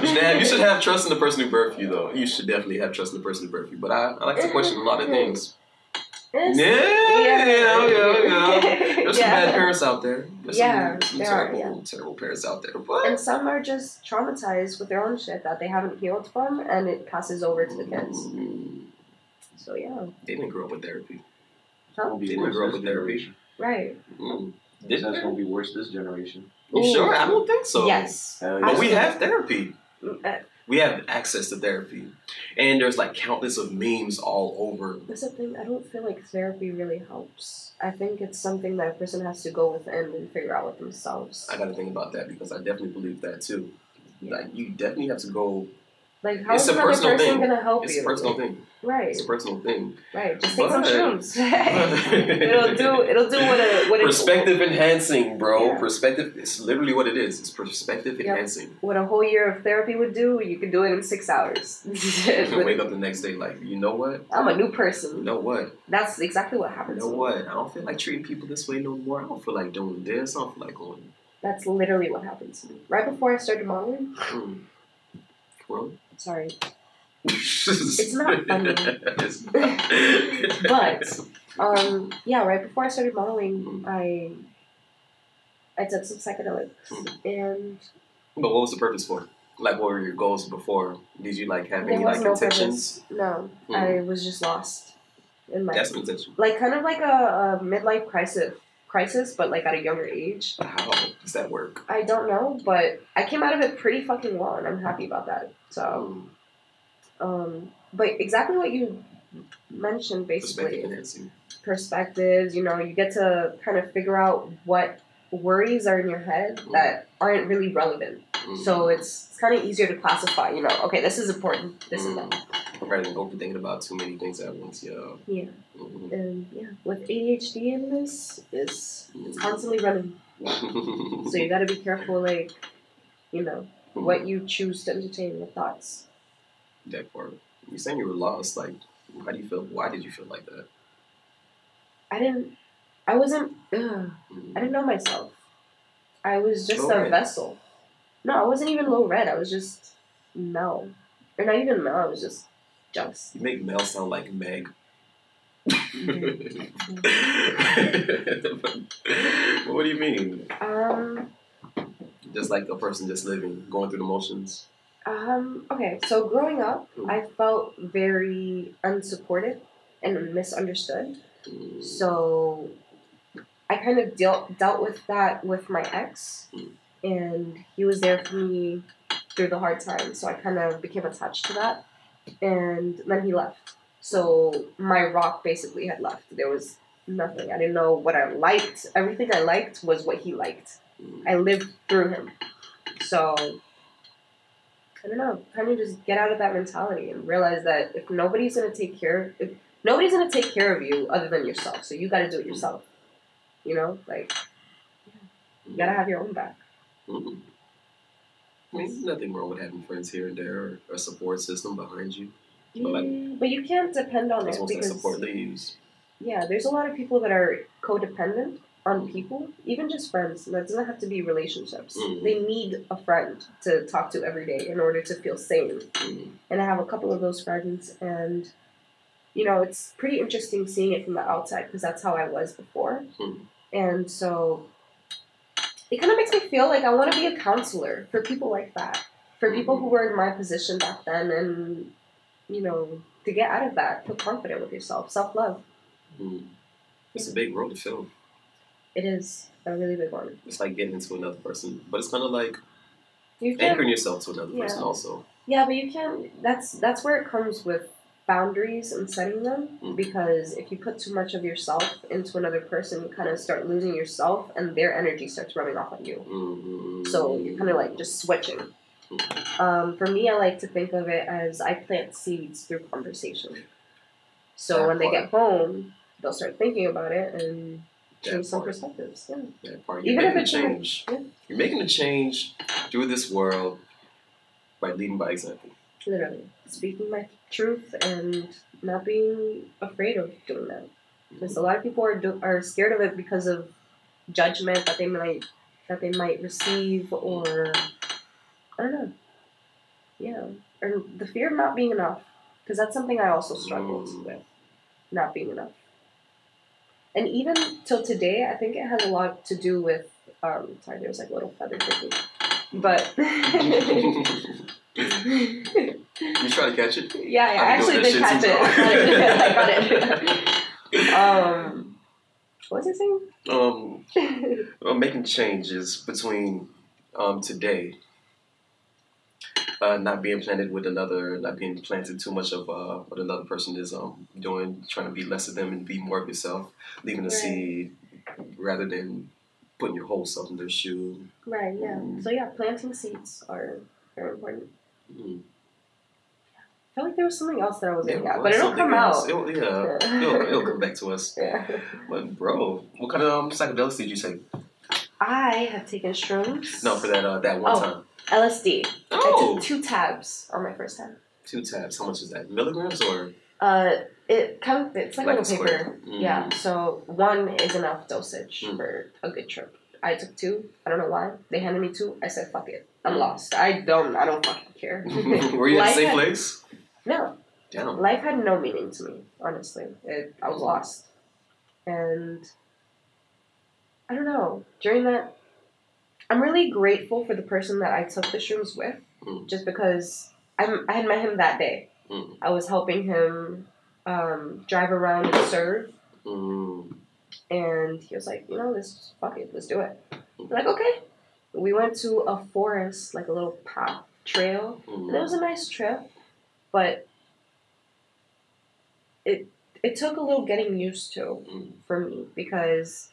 Damn, you should have trust in the person who birthed you, though. You should definitely have trust in the person who birthed you. But I, I like to question a lot of things. Yeah,
It's-
yeah, yeah. yeah. There's some
Yeah.
bad parents out there. There's
Yeah,
some, some
there are,
terrible, terrible parents out there. But
And some are just traumatized with their own shit that they haven't healed from, and it passes over to the kids.
Mm,
So yeah,
they didn't grow up with therapy.
Huh?
Won't be
Didn't
worse
grow up
this
with therapy.
generation.
right?
Mm.
That's
Didn't they?
gonna be worse this generation.
You
Ooh.
sure? I don't think so.
Mm.
uh,
yes.
Hell
But
yeah.
we have therapy.
Uh,
We have access to therapy. And there's like countless of memes all over.
That's the thing. I don't feel like therapy really helps. I think it's something that a person has to go within and figure out with themselves.
I gotta think about that because I definitely believe that too. Like you definitely have to go.
Like, how
It's
is
a
another
personal
person
thing.
gonna help
It's
you?
a personal thing.
Right,
It's a personal thing.
right. Just take some
But-
shrooms. it'll do. It'll do what a what a
Perspective enhancing, bro.
Yeah.
Perspective. It's literally what it is. It's perspective
Yep.
enhancing.
What a whole year of therapy would do, you could do it in six hours.
You can wake up the next day like, you know what?
I'm a new
You
person.
know what?
That's exactly what
You
happens.
know what? I don't feel like treating people this way no more. I don't feel like doing this. I don't feel like going.
That's literally what happened to me. Right before I started modeling,
Mm. Well,
sorry,
it's
not funny.
It's not.
but um, yeah, right before I started modeling, I I took some psychedelics, and
But what was the purpose for? Like, what were your goals before? Did you like have
There
any
was
like
no
intentions?
no,
Hmm.
I was just lost in life.
That's an intention.
like kind of like a, a midlife crisis crisis, but like at a younger age.
How does that work?
I don't know, but I came out of it pretty fucking well, and I'm happy about that. So,
Um,
um, but exactly what you mentioned,
perspective
basically,
enhancing.
perspectives. You know, you get to kind of figure out what worries are in your head
Hmm.
that aren't really relevant.
Mm.
So it's, it's kind of easier to classify. You know, okay, this is important. This is not.
Rather than overthinking about too many things at once, yeah.
Yeah.
Mhm.
And yeah, with ADHD in this, it's it's constantly running. So you got to be careful, like, you know, what you choose to entertain your thoughts.
that part. You saying you were lost. Like, how do you feel? Why did you feel like that?
I didn't. I wasn't. Ugh,
Mhm.
I didn't know myself. I was just
Low
a
red.
vessel. No, I wasn't even low red. I was just Mel, or not even Mel. I was just just.
You make Mel sound like Meg. what do you mean?
Um.
Just like a person just living, going through the motions.
Um. Okay. So growing up, I felt very unsupported and misunderstood.
Mm.
So I kind of dealt dealt with that with my ex,
Mm.
and he was there for me through the hard times. So I kind of became attached to that, and then he left. So my rock basically had left. There was nothing. I didn't know what I liked. Everything I liked was what he liked.
Mm.
I lived through him. So I don't know. Kind of just get out of that mentality and realize that if nobody's gonna take care, if nobody's gonna take care of you other than yourself, so you gotta do it yourself. You know, like you gotta have your own back.
Mm. I mean, there's nothing wrong with having friends here and there or a support system behind you. But like-
Mm, But you can't depend on it
That's once that
because
support leaves.
yeah, there's a lot of people that are codependent on people, even just friends. And that doesn't have to be relationships.
Mm.
They need a friend to talk to every day in order to feel sane.
Mm.
and I have a couple of those friends, and you know, it's pretty interesting seeing it from the outside because that's how I was before,
Mhm.
and so it kind of makes me feel like I want to be a counselor for people like that, for people who were in my position back then, and you know, to get out of that, feel confident with yourself, self love.
Mm. It's a big role to fill.
It is a really big one.
It's like getting into another person, but it's kind of like
You can't,
anchoring yourself to another
Yeah.
person also.
yeah, but you can't. That's that's where it comes with boundaries and setting them.
Mm.
because if you put too much of yourself into another person, you kind of start losing yourself, and their energy starts rubbing off on you.
Mm.
So you're kind of like just switching. Um, for me, I like to think of it as I plant seeds through conversation. So when they get home, they'll start thinking about it and change
that
some
part,
perspectives. Yeah.
that part. You're
Even if
making a
it's
change,
yeah.
you're making a change through this world by leading by example.
literally speaking my truth and not being afraid of doing that. Because a lot of people are do- are scared of it because of judgment that they might that they might receive, or I don't know, yeah, or the fear of not being enough. Because that's something I also struggled
Mm.
with, not being enough. And even till today, I think it has a lot to do with. Um, sorry, there was like a little feather thinking, but.
you try to catch it.
Yeah, yeah, I
I've been
actually
doing
did
that
catch it.
shit too.
I got it. I got it. Um, what was I
Um,
saying?
well, making changes between um, today, uh, not being planted with another, not being planted too much of uh, what another person is um, doing, trying to be less of them and be more of yourself, leaving a
Right.
seed rather than putting your whole self in their shoe.
right, yeah. So, yeah, planting seeds are very important.
Mm.
I felt like there was something else that I was
Yeah,
looking at,
well,
but it'll
something
come
else.
out.
It'll, yeah, it'll, it'll
Yeah.
come back to us. But bro, what kind of um, psychedelics did you take?
I have taken shrooms.
No, for that uh, that one
Oh.
time.
LSD. I
Oh,
took two tabs on my first time.
two tabs. How much is that? Milligrams or
Uh, it comes. It's like,
like
on
a
a paper.
square? Mm.
Yeah, so one is enough dosage
Mm.
for a good trip. I took two. I don't know why. They handed me two. I said, fuck it. I'm
Mm.
lost. I don't, I don't fucking care.
Were you at the
Life
same
had-
place?
no,
Damn.
life had no meaning to me, honestly. It, I was lost. And I don't know. During that, I'm really grateful for the person that I took the shrooms with,
Mm.
just because I'm, I had met him that day.
Mm.
I was helping him um, drive around and serve.
Mm.
and he was like, you know, let's fuck it, let's do it. I'm like, okay. We went to a forest, like a little path trail.
mm,
And it was a nice trip, but it it took a little getting used to
Mm.
for me because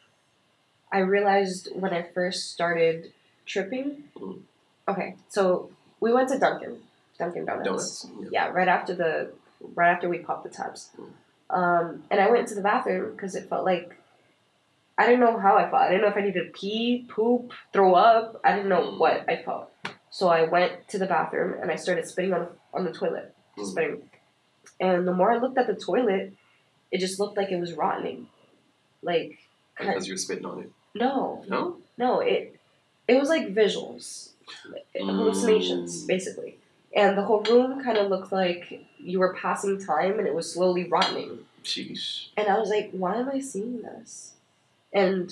I realized when I first started tripping.
Mm.
Okay, so we went to Dunkin', Dunkin' Donuts
Donuts.
yeah, right after the right after we popped the tabs. Um, and I went to the bathroom because it felt like I didn't know how I felt. I didn't know if I needed to pee, poop, throw up. I didn't know
Mm.
what I felt. So I went to the bathroom and I started spitting on on the toilet, just
Mm.
spitting. And the more I looked at the toilet, it just looked like it was rotting. Like, kind
Because you're spitting on it.
no,
No?
no, it it was like visuals, hallucinations,
Mm.
basically. And the whole room kind of looked like you were passing time, and it was slowly rotting.
Sheesh.
And I was like, "Why am I seeing this?" And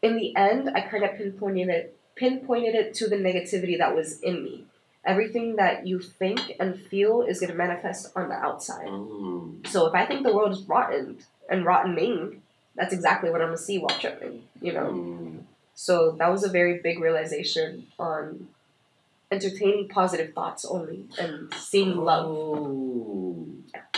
in the end, I kind of pinpointed it, pinpointed it to the negativity that was in me. Everything that you think and feel is going to manifest on the outside.
Mm.
So if I think the world is rotten and rottening, that's exactly what I'm gonna see while tripping. You know.
Mm.
So that was a very big realization on entertaining positive thoughts only and seeing love.
Oh.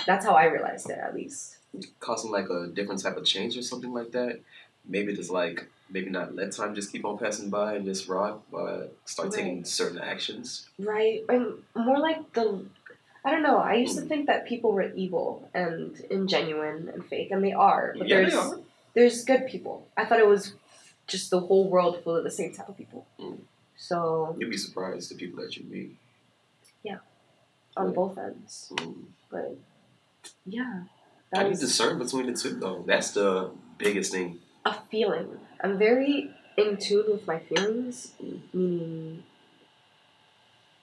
That's how I realized it, at least.
Causing like a different type of change or something like that. Maybe just like, maybe not let time just keep on passing by and just rot, but start taking
Right.
certain actions.
Right, and more like the. I don't know. I used to think that people were evil and ingenuine and fake, and they are. But
Yeah, they
there's
are.
there's good people. I thought it was just the whole world full of the same type of people.
Mm.
So
You'd be surprised the people that you meet.
on both ends,
Mm.
but yeah,
I
that
need
was
to discern between the two though. That's the biggest thing.
a feeling. I'm very in tune with my feelings. Meaning,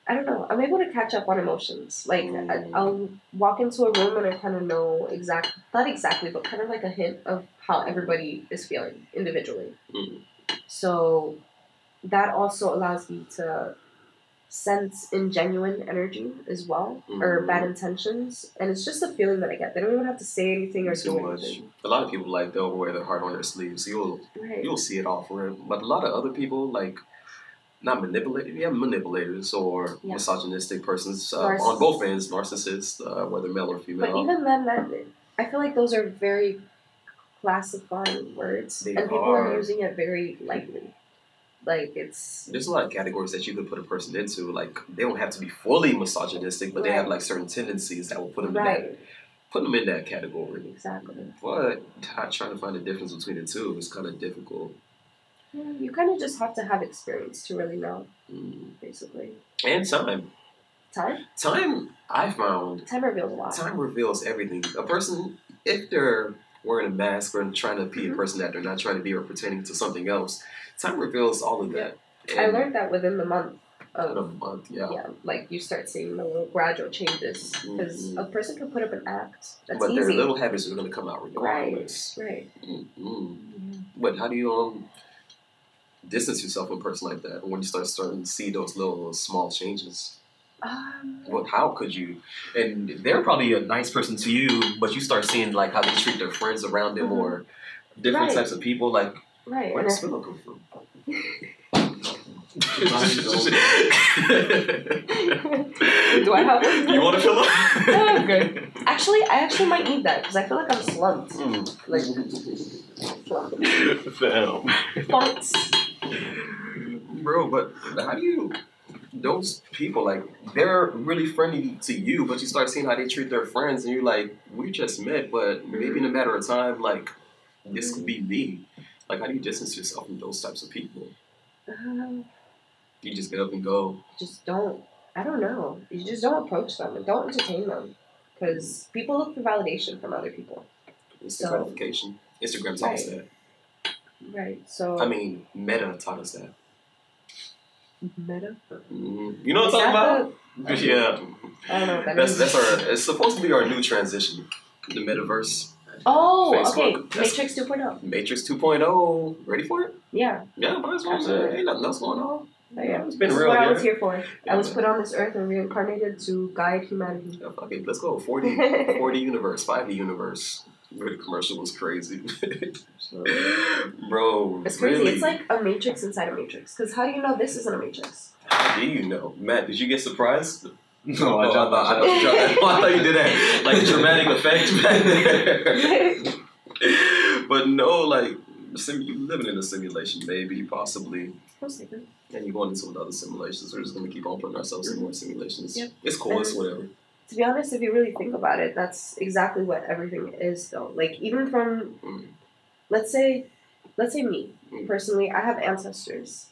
I don't know. I'm able to catch up on emotions. Like I,
Mm.
I'll walk into a room and I kind of know exact, not exactly, but kind of like a hint of how everybody is feeling individually.
Mm.
So that also allows me to sense ingenuine energy as well or
Mm.
bad intentions and it's just a feeling that i get they don't even have to say anything or
Too
do
much.
anything
A lot of people like they'll wear their heart on their sleeve, so you'll
right
you'll see it all for real. But a lot of other people like not manipulators, yeah, manipulators or
Yeah.
misogynistic persons uh,
Narciss-
on both ends, narcissists, uh, whether male or
But
female.
even then, that I feel like those are very classifying words,
They
and people are.
are.
using it very lightly. Like it's
There's a lot of categories that you could put a person into. Like they don't have to be fully misogynistic, but they have
Right.
like certain tendencies that will put them in that
right,
put them in that category.
exactly.
But I- trying to find the difference between the two is kind of difficult.
Yeah, You kind of just have to have experience to really know,
Mm.
basically.
And time,
Time,
time I found
time reveals a lot.
Time reveals everything. A person, if they're wearing a mask or trying to be a
Mhm.
person that they're not trying to be or pretending to something else, time reveals all of that.
I
And
learned that within the month
in a
of
month, yeah.
yeah. like you start seeing the little gradual changes because
Mhm.
a person can put up an act that's
but
easy,
their little habits are going to come out regardless.
right?
mm But how do you um distance yourself from a person like that when you start starting to see those little small changes?
Um,
Well, how could you? And they're probably a nice person to you, but you start seeing like how they treat their friends around them
Mhm.
or different
Right.
types of people. Like,
right?
where
And I-
does Philo come from? Do
Do I
I
have Oh, one?
You want a pillow?
No, I'm good. Actually, I actually might need that because I feel like I'm slumped.
Mm.
Like slumped.
Fam.
Thoughts.
Bro, but how do you? Those people, like, they're really friendly to you, but you start seeing how they treat their friends, and you're like, we just met, but maybe in a matter of time, like, this could be me. Like, how do you distance yourself from those types of people?
Um,
You just get up and go.
just don't. I don't know. You just don't approach them and don't entertain them because people look for validation from other people.
It's
So-
the gratification. Instagram taught us that.
Right. So
I mean, Meta taught us that.
meta.
Mhm. You know what
Is
I'm
that
talking about? yeah.
the- I don't know what that
That's,
means.
that's our. It's supposed to be our new transition. The metaverse,
oh, okay.
Facebook. That's-
Matrix 2.0.
Matrix 2.0. Ready for it?
Yeah.
Yeah, might as well. man. Ain't nothing else going on.
There you go.
It's been
this
real.
is what I
yeah.
was here for. I was
Yeah.
put on this earth and reincarnated to guide humanity.
Yeah, fuck it. Let's go. 40, 40 universe, 5D universe. But the commercial was crazy.
So,
Bro,
It's crazy.
really?
It's like a matrix inside a matrix. Because how do you know this isn't a matrix?
How do you know? Matt, did you get surprised? oh,
No,
I thought, I, thought you dropped that. I thought you did that. Like dramatic effect back there.
yeah,
but no, like, sim- you living in a simulation, maybe, possibly. And you're going into another simulation, so we're just going to keep on putting ourselves in more simulations.
Yep.
It's cool, it's whatever.
to be honest, if you really think about it, that's exactly what everything is, though. Like even from,
Mm.
let's say, let's say me
Mm.
personally, I have ancestors.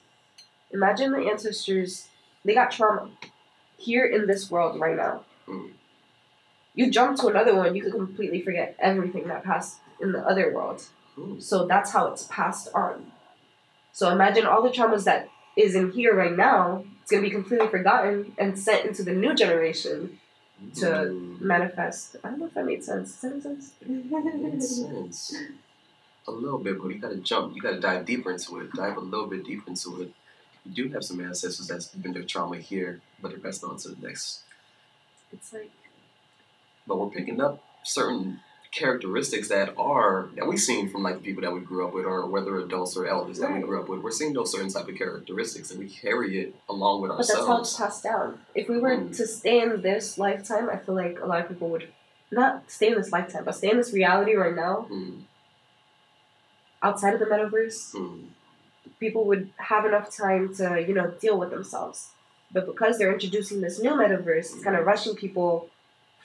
Imagine the ancestors; they got trauma here in this world right now.
Mm.
You jump to another one, you could completely forget everything that passed in the other world.
Ooh.
So that's how it's passed on. So imagine all the traumas that is in here right now. It's gonna be completely forgotten and sent into the new generation To-
Mm.
manifest. I don't know if that made sense. Does that make
Makes
sense?
sense. A little bit, but you gotta jump. You gotta dive deeper into it. Dive a little bit deeper into it. You do have some ancestors that's been their trauma here, but they're passing on to the next.
it's like
But we're picking up certain characteristics that are that we've seen from like the people that we grew up with, or whether adults or elders that we
Right.
grew up with. We're seeing those certain type of characteristics, and we carry it along with
but that's how it's
ourselves.
passed down. If we were
Mm.
to stay in this lifetime, I feel like a lot of people would not stay in this lifetime, but stay in this reality right now,
Mm,
outside of the metaverse,
mm,
people would have enough time to, you know, deal with themselves. But because they're introducing this new metaverse, it's kind of rushing people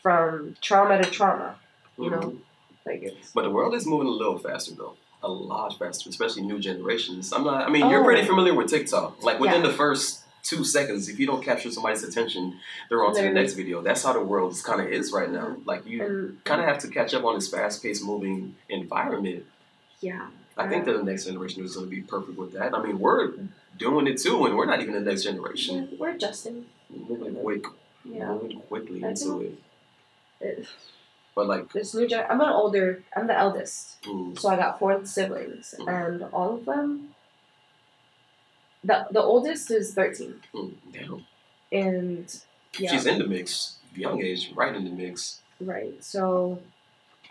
from trauma to trauma. You know?
mm.
Like it's
But the world is moving a little faster though. A lot faster, especially new generations. I'm not I mean,
Oh.
you're pretty familiar with TikTok. Like within
Yeah.
the first two seconds, if you don't capture somebody's attention, they're on to the
Literally. Mm-hmm.
next video. That's how the world is kinda is right now. Like you
and
kinda have to catch up on this fast paced moving environment.
yeah.
I think that the next generation is gonna be perfect with that. I mean we're doing it too and we're not even the next
yeah.
generation.
We're adjusting.
We're Moving quick
Yeah.
moving quickly
I
into it.
It-
But like
this new gen- I'm an older I'm the eldest.
mm,
So I got four siblings,
Mm.
and all of them. The the oldest is thirteen,
mm, damn.
and yeah,
She's in the mix. Young age, right in the mix.
right. So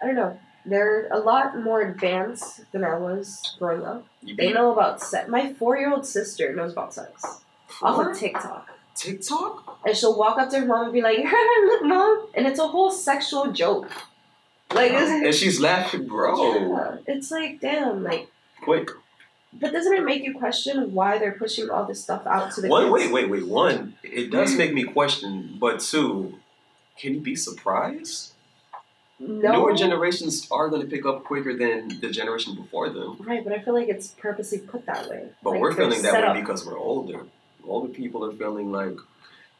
I don't know. They're a lot more advanced than I was growing up.
You
They
beat-
know about sex. My four year old sister knows about sex off
What?
of TikTok,
TikTok?
and she'll walk up to her mom and be like, "Look, mom," and it's a whole sexual joke. Like, it's,
And she's laughing, bro.
yeah, it's like, damn, like.
Quick.
But doesn't it make you question why they're pushing all this stuff out to the
One,
kids?
wait, wait, wait. One, it
Mm.
does make me question, but two, can you be surprised?
No.
Newer generations are going to pick up quicker than the generation before them.
Right, but I feel like it's purposely put that way.
But
Like,
we're
they're
feeling that
set
way
up-
because we're older. Older people are feeling like,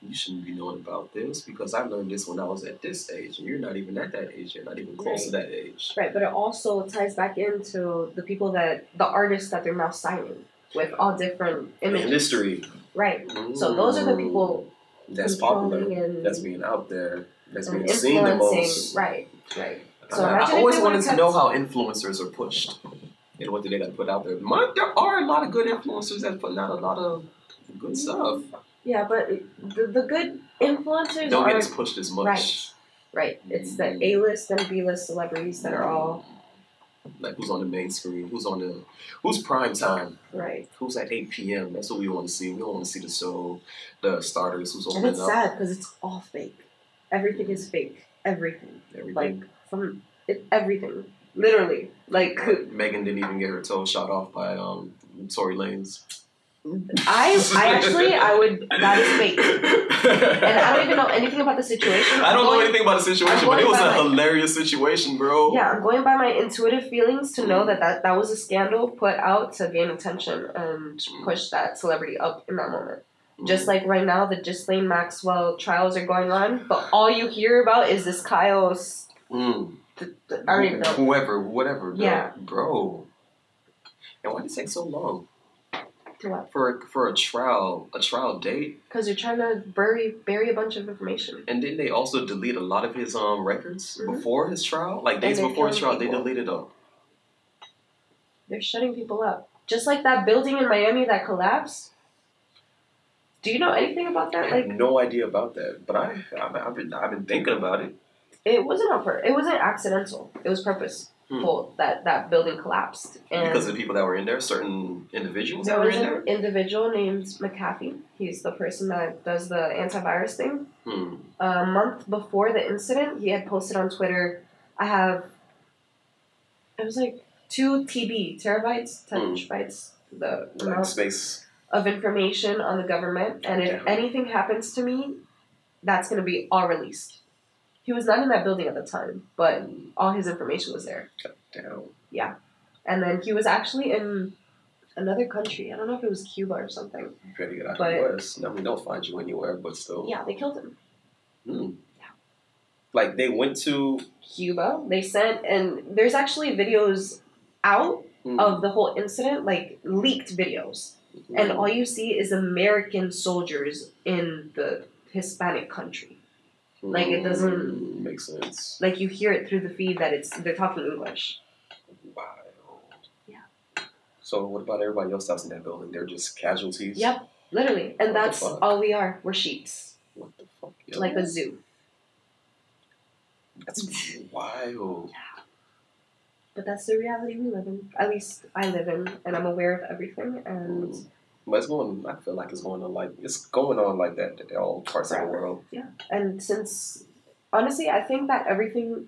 you shouldn't be knowing about this because I learned this when I was at this age, and you're not even at that age, you're not even close to that age.
Right, but it also ties back into the people that the artists that they're now signing with all different images.
Industry.
Right. So those are the people
Mm, that's
controlling
popular,
and,
that's being out there, that's
and
being seen the most.
influencing. Right, right. So
I-
imagine
I
if
always
they
wanted
would've
to know
kept-
how influencers are pushed and what do they got to put out there. Mine, there are a lot of good influencers that putting out a lot of good stuff.
Yeah, but it- the, the good influencers
Don't
aren't
get as pushed as much.
right. right. It's the A list and B list celebrities that are all
Like who's on the main screen? Who's on the who's prime time?
right.
Who's at eight PM? That's what we want to see. We don't want to see the show, the starters, who's
And
opening
it's
up,
sad because it's all fake. Everything is fake. Everything. like
everything.
from it, everything, literally. Like
Megan didn't even get her toe shot off by um Tory Lanez.
I, I actually, I would. That is fake, and I don't even know anything about the situation.
I don't
I'm
know
going-
anything about the situation,
I'm
but it
going
was
by,
a
like-
hilarious situation, bro.
Yeah, I'm going by my intuitive feelings to know
Mm.
that, that that was a scandal put out to gain attention and push that celebrity up in that moment. Just like right now, the Ghislaine Maxwell trials are going on, but all you hear about is this Kyle's.
Mm.
Th- th- I don't even know.
Whoever, whatever. bro.
Yeah.
Bro. And why did it take so long?
What?
For for a trial, a trial date?
Because you're trying to bury bury a bunch of information.
And didn't they also delete a lot of his um records
Mhm.
before his trial? Like days
they
before his
killed
trial, they
people.
deleted them.
They're shutting people up. Just like that building in Miami that collapsed. Do you know anything about
I
that?
have
Like
no idea about that. But I I've, I've been I've been thinking about it.
it wasn't on purpose. It wasn't accidental. It was purpose.
Hmm.
whole that that building collapsed. And
because of the people that were in there, certain individuals that
there
were
was
in
an
there.
individual named McAfee. He's the person that does the antivirus thing.
Hmm.
a month before the incident, he had posted on Twitter, I have, it was like two TB, terabytes,
Hmm.
terabytes, the
Like
amount
space.
of information on the government. And if
Damn.
anything happens to me, that's going to be all released. He was not in that building at the time, but all his information was there.
Down.
And then he was actually in another country. I don't know if it was Cuba or something.
Pretty good.
But-
I was. No, we don't find you anywhere, but still.
Yeah, they killed him.
Hmm. Like they went to.
Cuba. They sent, and there's actually videos out
hmm.
of the whole incident, like leaked videos, Oh,
hmm,
and all you see is American soldiers in the Hispanic country. like, it doesn't-
Hmm, make sense.
Like you hear it through the feed that it's they're talking English.
Wow.
Yeah.
So what about everybody else that was in that building? They're just casualties.
Yep, literally, and
What the
that's
fuck?
all we are. We're sheeps,
What the fuck? yo?
like a zoo.
That's wild.
But that's the reality we live in. At least I live in, and I'm aware of everything. And
But it's going. I feel like it's going on like it's going on like that in all parts of the
Forever.
world.
and since honestly, I think that everything.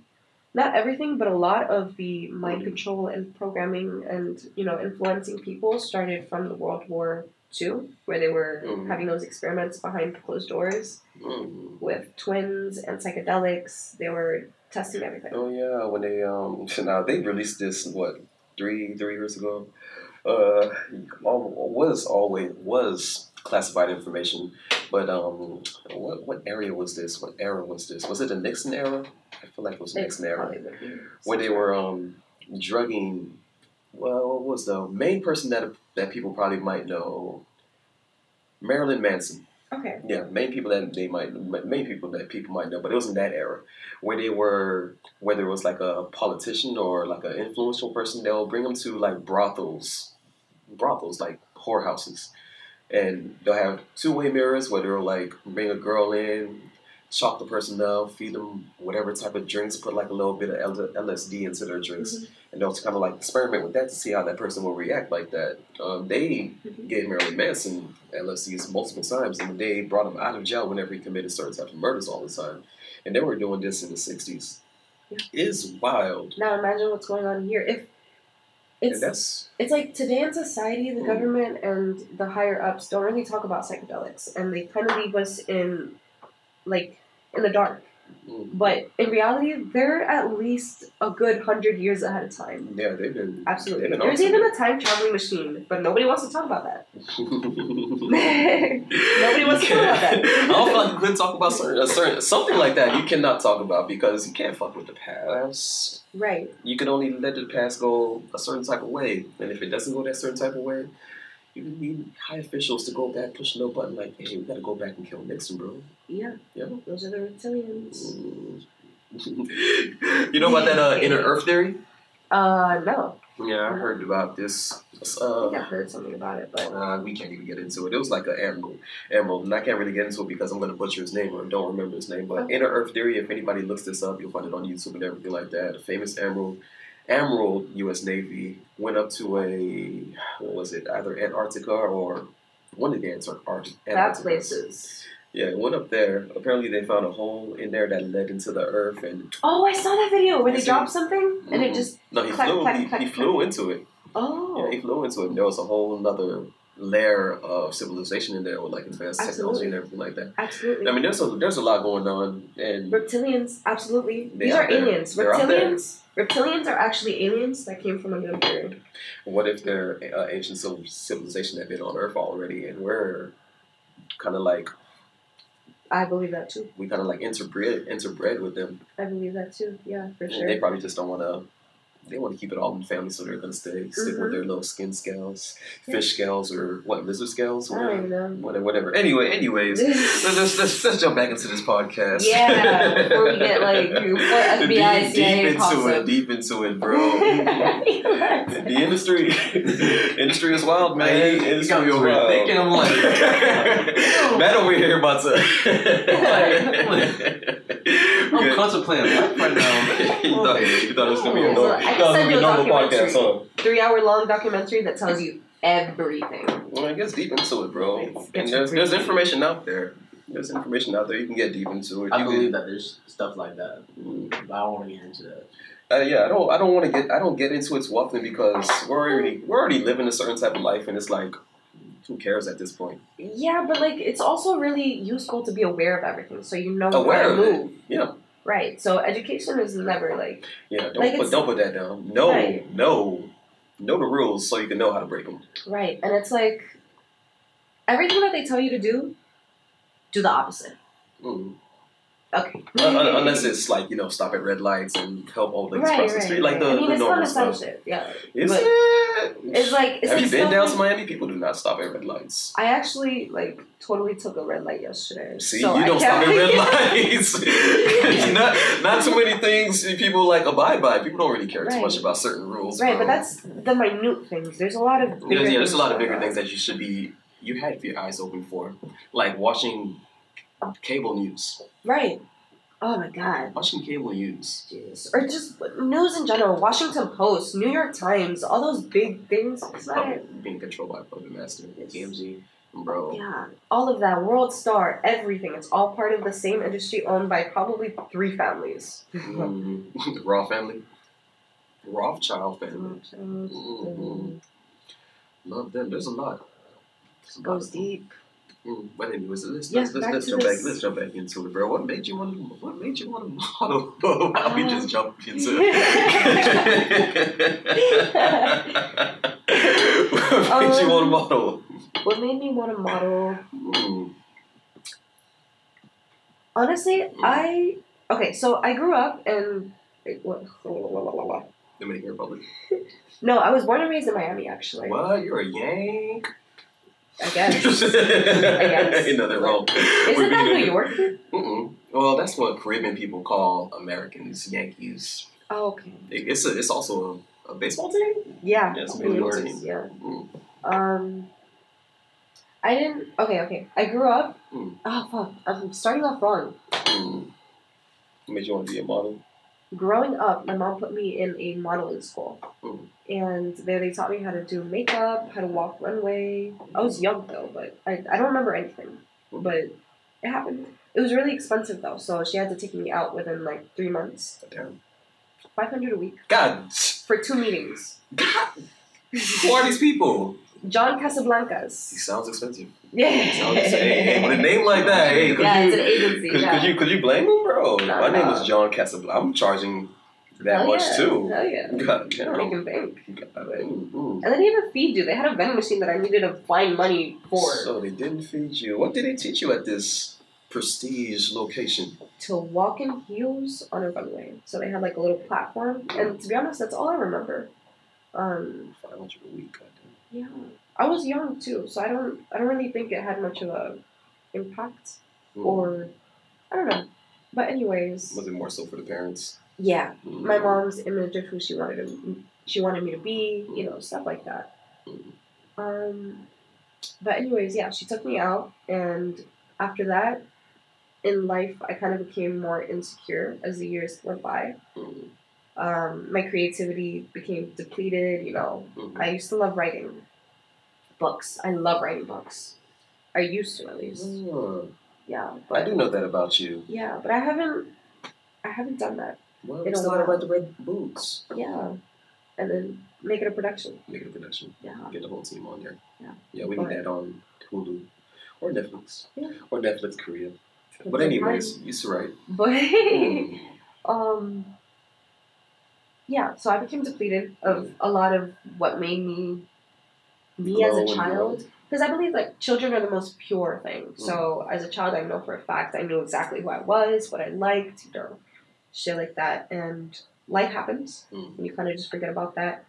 Not everything, but a lot of the mind
Mhm.
control and programming and you know influencing people started from the World War Two, where they were
Mhm.
having those experiments behind closed doors
Mm.
with twins and psychedelics. They were testing everything.
Oh yeah, when they um now they released this what three three years ago. Uh, all- was always was classified information, but um, what what area was this? What era was this? Was it the Nixon era? I feel like it was the Nixon era
Probably would be.
when they were um drugging. Well, what was the main person that that people probably might know? Marilyn Manson.
okay.
Yeah, main people that they might, main people that people might know, but it was in that era where they were, whether it was like a politician or like an influential person, they'll bring them to like brothels, brothels like whorehouses, and they'll have two-way mirrors where they'll like bring a girl in, chop the person down, feed them whatever type of drinks, put like a little bit of L- LSD into their drinks,
Mhm.
and they'll kind of like experiment with that to see how that person will react like that. Um, they
Mhm.
gave Marilyn Manson LSDs multiple times, and they brought him out of jail whenever he committed certain types of murders all the time. And they were doing this in the 60s.
Yeah.
It is wild.
Now imagine what's going on here. If
And
it's
that's,
it's like today in society, the
Mm.
government and the higher ups don't really talk about psychedelics, and they kind of leave us in like in the dark.
mm,
But in reality, they're at least a good hundred years ahead of time.
yeah, they've been.
Absolutely.
They've been
There's
on to
even a time traveling machine, but nobody wants to talk about that.
Nobody
wants to talk about that.
I don't feel like you could talk about certain, a certain, something like that you cannot talk about because you can't fuck with the past.
right.
You can only let the past go a certain type of way. And if it doesn't go that certain type of way, you need high officials to go back, push no button, like, hey, we gotta go back and kill Nixon, bro.
Yeah.
Yeah.
Those are the reptilians.
Mm. you know about that uh, inner earth theory?
Uh, no.
Yeah, I heard about this.
I
Uh,
think I've heard something about it, but
uh, we can't even get into it. It was like an admiral, admiral, and I can't really get into it because I'm gonna butcher his name or I don't remember his name. But
Okay.
inner earth theory. If anybody looks this up, you'll find it on YouTube and everything like that. A famous admiral, admiral, U.S. Navy went up to a what was it? Either Antarctica or one of the Antarctic.
that places.
Yeah, it went up there. Apparently, they found a hole in there that led into the earth, and
Oh, I saw that video where
You
they
see?
dropped something and it
Mhm.
just
no, he
Clack,
flew.
clack,
he,
clack,
he
clack.
flew into it.
oh
Yeah, he flew into it. And there was a whole nother layer of civilization in there with like advanced technology and
Absolutely.
everything like that.
absolutely.
I mean, there's a there's a lot going on, and
reptilians, absolutely.
They
These
out
are
there.
aliens.
They're out there.
Reptilians. Reptilians are actually aliens that came from another period.
what if they're uh, ancient civil- civilization that been on Earth already, and we're kind of like
I believe that too.
we kind of like interbred interbred with them,
I believe that too. Yeah, for
and they
sure.
probably just don't want to. They want to keep it all in the family, so they're gonna stay stick with their little skin scales,
Mm-hmm. Yeah.
fish scales, or what lizard scales,
I don't even know.
whatever, whatever. Anyway, anyways, let's, let's, let's, let's jump back into this podcast.
Yeah, before we get, like, before FBI,
deep,
CIA
deep
pops
into it,
up.
deep into it, bro. the industry, industry is wild, man.
Man, you
industry
got me
is
over here
wild.
thinking, I'm like-
Matt over here about to. I'm
I'm contemplating life right now.
you, thought, you thought it was gonna be a
Yeah, so
normal,
I can
you thought
send
it was gonna be
you a
a normal podcast.
documentary.
Huh?
Three hour long documentary that tells you everything.
Well, I gets deep into it, bro.
It's-
and
it's
there's there's
really-
information out there. There's information out there. You can get deep into it.
I
You
believe
can,
that there's stuff like that, but I don't want to get into that.
uh, yeah, I don't I don't want to get I don't get into it too often because we're already we're already living a certain type of life, and it's like, who cares at this point?
Yeah, but like it's also really useful to be aware of everything, so you know
Aware
how to
of it.
move.
Yeah.
Right. So education is never like
Yeah, don't
Like,
put
it's-
don't put that down. No,
Right.
no, know the rules so you can know how to break them.
right, and it's like everything that they tell you to do, do the opposite.
Mm.
Okay.
Uh, Un- un- unless it's like you know, stop at red lights and help old ladies
right,
cross
right,
the street, like
right.
the,
I mean,
the
it's
normal
not
stuff.
essential. Yeah.
Is
But-
it?
It's like it's
Have
like
you been
stuff
down
like-
to Miami? People do not stop at red lights.
I actually like totally took a red light yesterday.
See,
so
you
I
don't stop
can't-
at red lights. not, not too many things people like abide by. People don't really care too
Right.
much about certain rules.
Right,
bro.
but that's the minute things. There's a lot of
yeah,
bigger
yeah, there's a lot of
going
bigger
on.
things that you should be you have your eyes open for, like watching cable news,
Right. Oh my god.
watching cable news.
Jeez. Or just news in general, Washington Post, New York Times, all those big things. It's not-
Puppet being controlled by a puppet master,
TMZ.
bro.
yeah, all of that, World Star, everything. It's all part of the same industry owned by probably three families.
Mm. the Raw family, Rothschild family.
Mm-hmm.
Mm-hmm.
Goes
Love them. There's a lot. There's a lot of them.
deep.
Mm, But anyways, let's
Yeah,
let's, let's,
back
let's
to
jump
this.
back. Let's jump back into it, bro. What made you want to? What made you want to model? Why we
Uh,
just jumped into? what made you want to
Um,
model?
What made me want to model?
Mm,
Honestly, I okay. So I grew up in what?
Dominican Republic.
No, I was born and raised in Miami. Actually,
What? You're a Yank?
I guess. guess.
you know they're wrong.
Isn't that New York?
Mm-mm. Well, that's what Caribbean people call Americans, Yankees.
Oh, okay.
It- it's a, it's also a, a baseball team.
Yeah.
Yes,
New York
New York.
is- Yeah.
Mm.
Um, I didn't. Okay, okay. I grew up.
Mm.
Oh fuck! I'm starting off wrong.
Mm. Made you want to be a model?
Growing up, my mom put me in a modeling school,
Mm.
and there they taught me how to do makeup, how to walk runway. I was young though, but I I don't remember anything.
Mm.
But it happened. It was really expensive though, so she had to take me out within like three months,
Damn.
five hundred a week
God,
for two meetings.
God, who are these people?
John Casablancas.
He sounds expensive.
Yeah.
He sounds hey, hey, with a name like that, hey, could
Yeah,
you,
it's an agency,
Could,
yeah.
could you could you blame him, bro?
Nah,
My name
nah.
was John Casablanca. I'm charging that
Hell
much
yeah.
too.
Hell yeah.
God damn.
Making bank.
God, mm, mm.
And then they even feed you. They had a vending machine that I needed to find money for
So they didn't feed you. What did they teach you at this prestige location?
to walk in heels on a runway. So they had like a little platform, and to be honest, that's all I remember. Um,
Five hundred a week. goddamn.
yeah, I was young too, so I don't, I don't really think it had much of a impact,
Mm.
or I don't know. But anyways,
was it more so for the parents?
yeah,
Mm.
my mom's image of who she wanted to, she wanted me to be, you know, stuff like that. Um, but anyways, yeah, she took me out, and after that, in life, I kind of became more insecure as the years went by.
Mm.
Um, my creativity became depleted. You know,
Mhm.
I used to love writing books. I love writing books. I used to at least.
Mm.
Yeah,
I
but
do know that about you.
yeah, but I haven't. I haven't done that.
Well,
In
it's
a
not
while.
about the red boots.
Yeah, and then make it a production.
Make it a production.
Yeah.
get the whole team on there.
Yeah.
Yeah, we need
Alright.
that on Hulu or Netflix
Yeah.
or Netflix Korea. But anyways, you used to write.
But
Mm.
um yeah, so I became depleted of a lot of what made me me
Glow
as
and
a child. Because I believe like children are the most pure thing. So
Mm-hmm.
as a child I know for a fact I knew exactly who I was, what I liked, you know, shit like that. And life happens
Mm.
and you kinda just forget about that.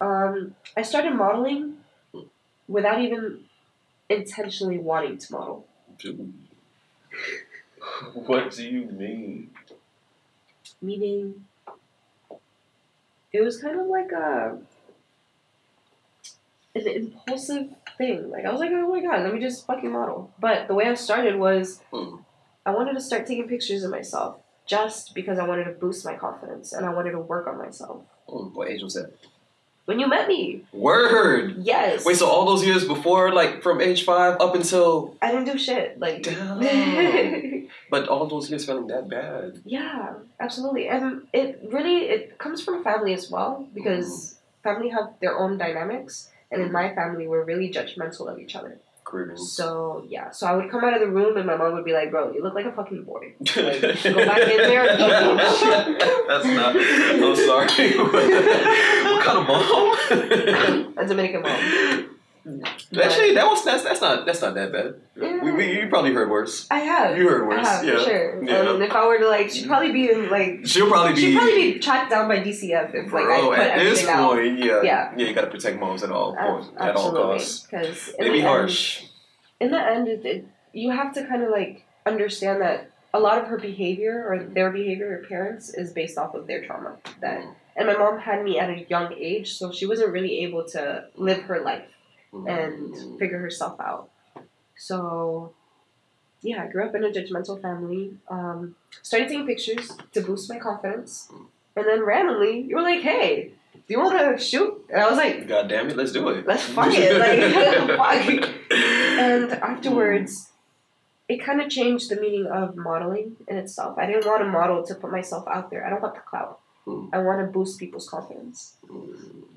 Um I started modeling
Mm.
without even intentionally wanting to model.
Dude. what do you mean?
meaning it was kind of like a an impulsive thing. Like I was like, oh my god, let me just fucking model. But the way I started was
Mm.
I wanted to start taking pictures of myself just because I wanted to boost my confidence and I wanted to work on myself.
Oh, what age was that?
When you met me,
Word.
yes.
Wait, so all those years before, like from age five up until,
I didn't do shit. Like,
Damn. but all those years feeling that bad.
yeah, absolutely. And it really it comes from family as well
Mm-hmm.
because family have their own dynamics. And in my family, we're really judgmental of each other.
Caribbeans.
So yeah, so I would come out of the room and my mom would be like, "Bro, you look like a fucking boy." Like, go back in there and-
That's not. I'm sorry. what kind of mom?
A Dominican mom.
Actually, that was that's, that's not that's not that bad. We, we, you probably heard worse.
I have.
You heard
I
worse.
have, Uh-huh, for
yeah.
sure.
Yeah.
Um, if I were to like, she'd probably be in like
She'll probably be.
She'd probably be tracked down by DCF if like
Bro,
I put
at this
everything out.
point, yeah,
Yeah.
you gotta protect moms at all points,
Ab-
at all
Absolutely,
costs.
because in,
Maybe
the end,
harsh.
in the end, it, it, you have to kind of like understand that a lot of her behavior or their behavior, her parents, is based off of their trauma. That and my mom had me at a young age, so she wasn't really able to live her life and figure herself out. So, yeah, I grew up in a judgmental family. Um, started taking pictures to boost my confidence, and then randomly you were like, "Hey, do you want to shoot?" And I was like,
God damn it, let's do it.
"Let's fuck it!" Like, fuck. And afterwards, it kind of changed the meaning of modeling in itself. I didn't want to model to put myself out there. I don't want the clout.
Mm.
I want to boost people's confidence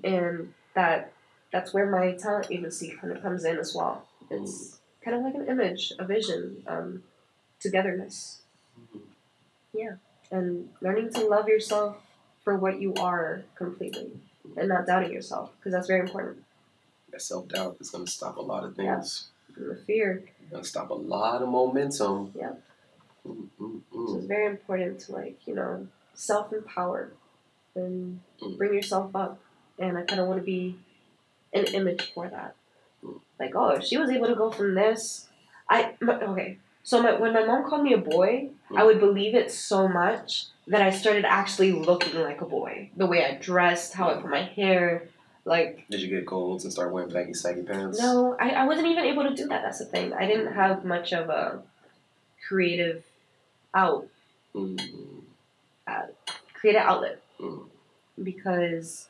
and that that's where my talent agency kind of comes in as well.
Hmm.
It's kind of like an image, a vision, um, togetherness, and learning to love yourself for what you are completely, and not doubting yourself because that's very important.
That self doubt is gonna stop a lot of
Yeah.
things.
The fear,
It's Gonna stop a lot of momentum.
Yeah.
Mm, mm,
so
mm.
it's very important to like you know self empower and
Mm.
bring yourself up. And I kind of want to be an image for that.
Mm.
Like, oh, if she was able to go from this, I my, okay. So my, when my mom called me a boy,
Mm.
I would believe it so much that I started actually looking like a boy. The way I dressed, how I put my hair, like
Did you get colds and start wearing baggy saggy pants?
no, I, I wasn't even able to do that. That's the thing. I didn't have much of a creative out
Mm,
creative outlet
Mm.
because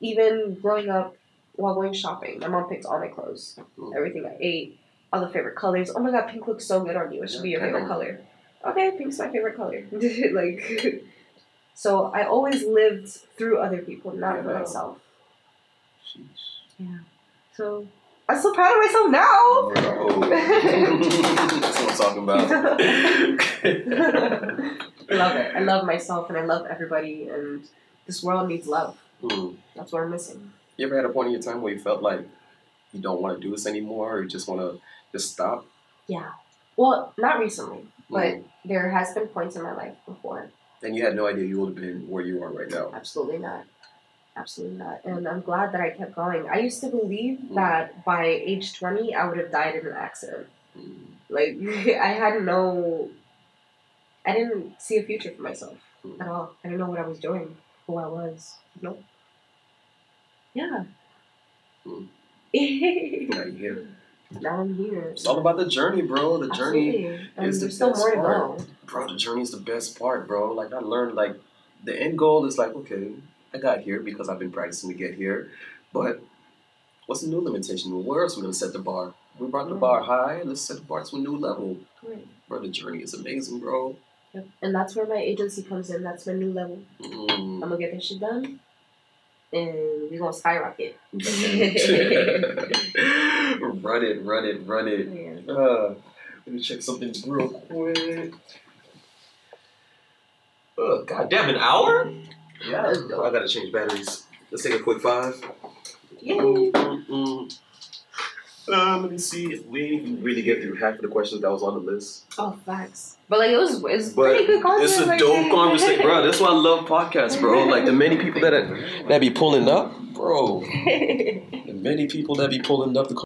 even growing up while going shopping, my mom picked all my clothes,
Mm.
everything I ate, all the favorite colors. Oh my god, pink looks so good on you. It should be your favorite
Okay.
color. Okay, pink's my favorite color. like, so I always lived through other people, not for
Yeah.
myself.
sheesh.
So I'm so proud of myself now.
Bro. That's what I'm talking about.
Oh. I love it. I love myself and I love everybody, and this world needs love.
Mm.
That's what I'm missing.
You ever had a point in your time where you felt like you don't want to do this anymore, or you just want to just stop?
Yeah. Well, not recently, but
Mm.
there has been points in my life before.
and you had no idea you would have been where you are right now.
Absolutely not. Absolutely not. And I'm glad that I kept going. I used to believe that by age 20, I would have died in an accident.
Mm.
Like, I had no. I didn't see a future for myself
Mm.
at all. I didn't know what I was doing, who I was. Nope. Yeah.
Mm.
now
Now you're here.
I'm here.
It's all about the journey, bro. The journey,
Absolutely. And
is the
there's still
best
more to
part.
go.
bro. The journey is the best part, bro. Like I learned, like the end goal is like, okay, I got here because I've been practicing to get here, but what's the new limitation? Where else we gonna set the bar? We brought the bar high. Let's set the bar to a new level,
Right.
bro. The journey is amazing, bro.
Yep. And that's where my agency comes in. That's my new level.
Mm.
I'm gonna get this shit done, and we're gonna skyrocket.
run it, run it, run it.
Yeah.
Uh, let me check something real quick. Oh, God damn, an hour? Yeah. I gotta change batteries. Let's take a quick five. Mm,
Yay.
Mm-mm. Uh, let me see. We didn't even really get through half of the questions that was on the list.
Oh, facts. But like, it was it's
But
pretty good conversation.
it's a dope conversation, bro. That's why I love podcasts, bro. Like the many people that are, that be pulling up, bro.
bro.
The many people that be pulling up the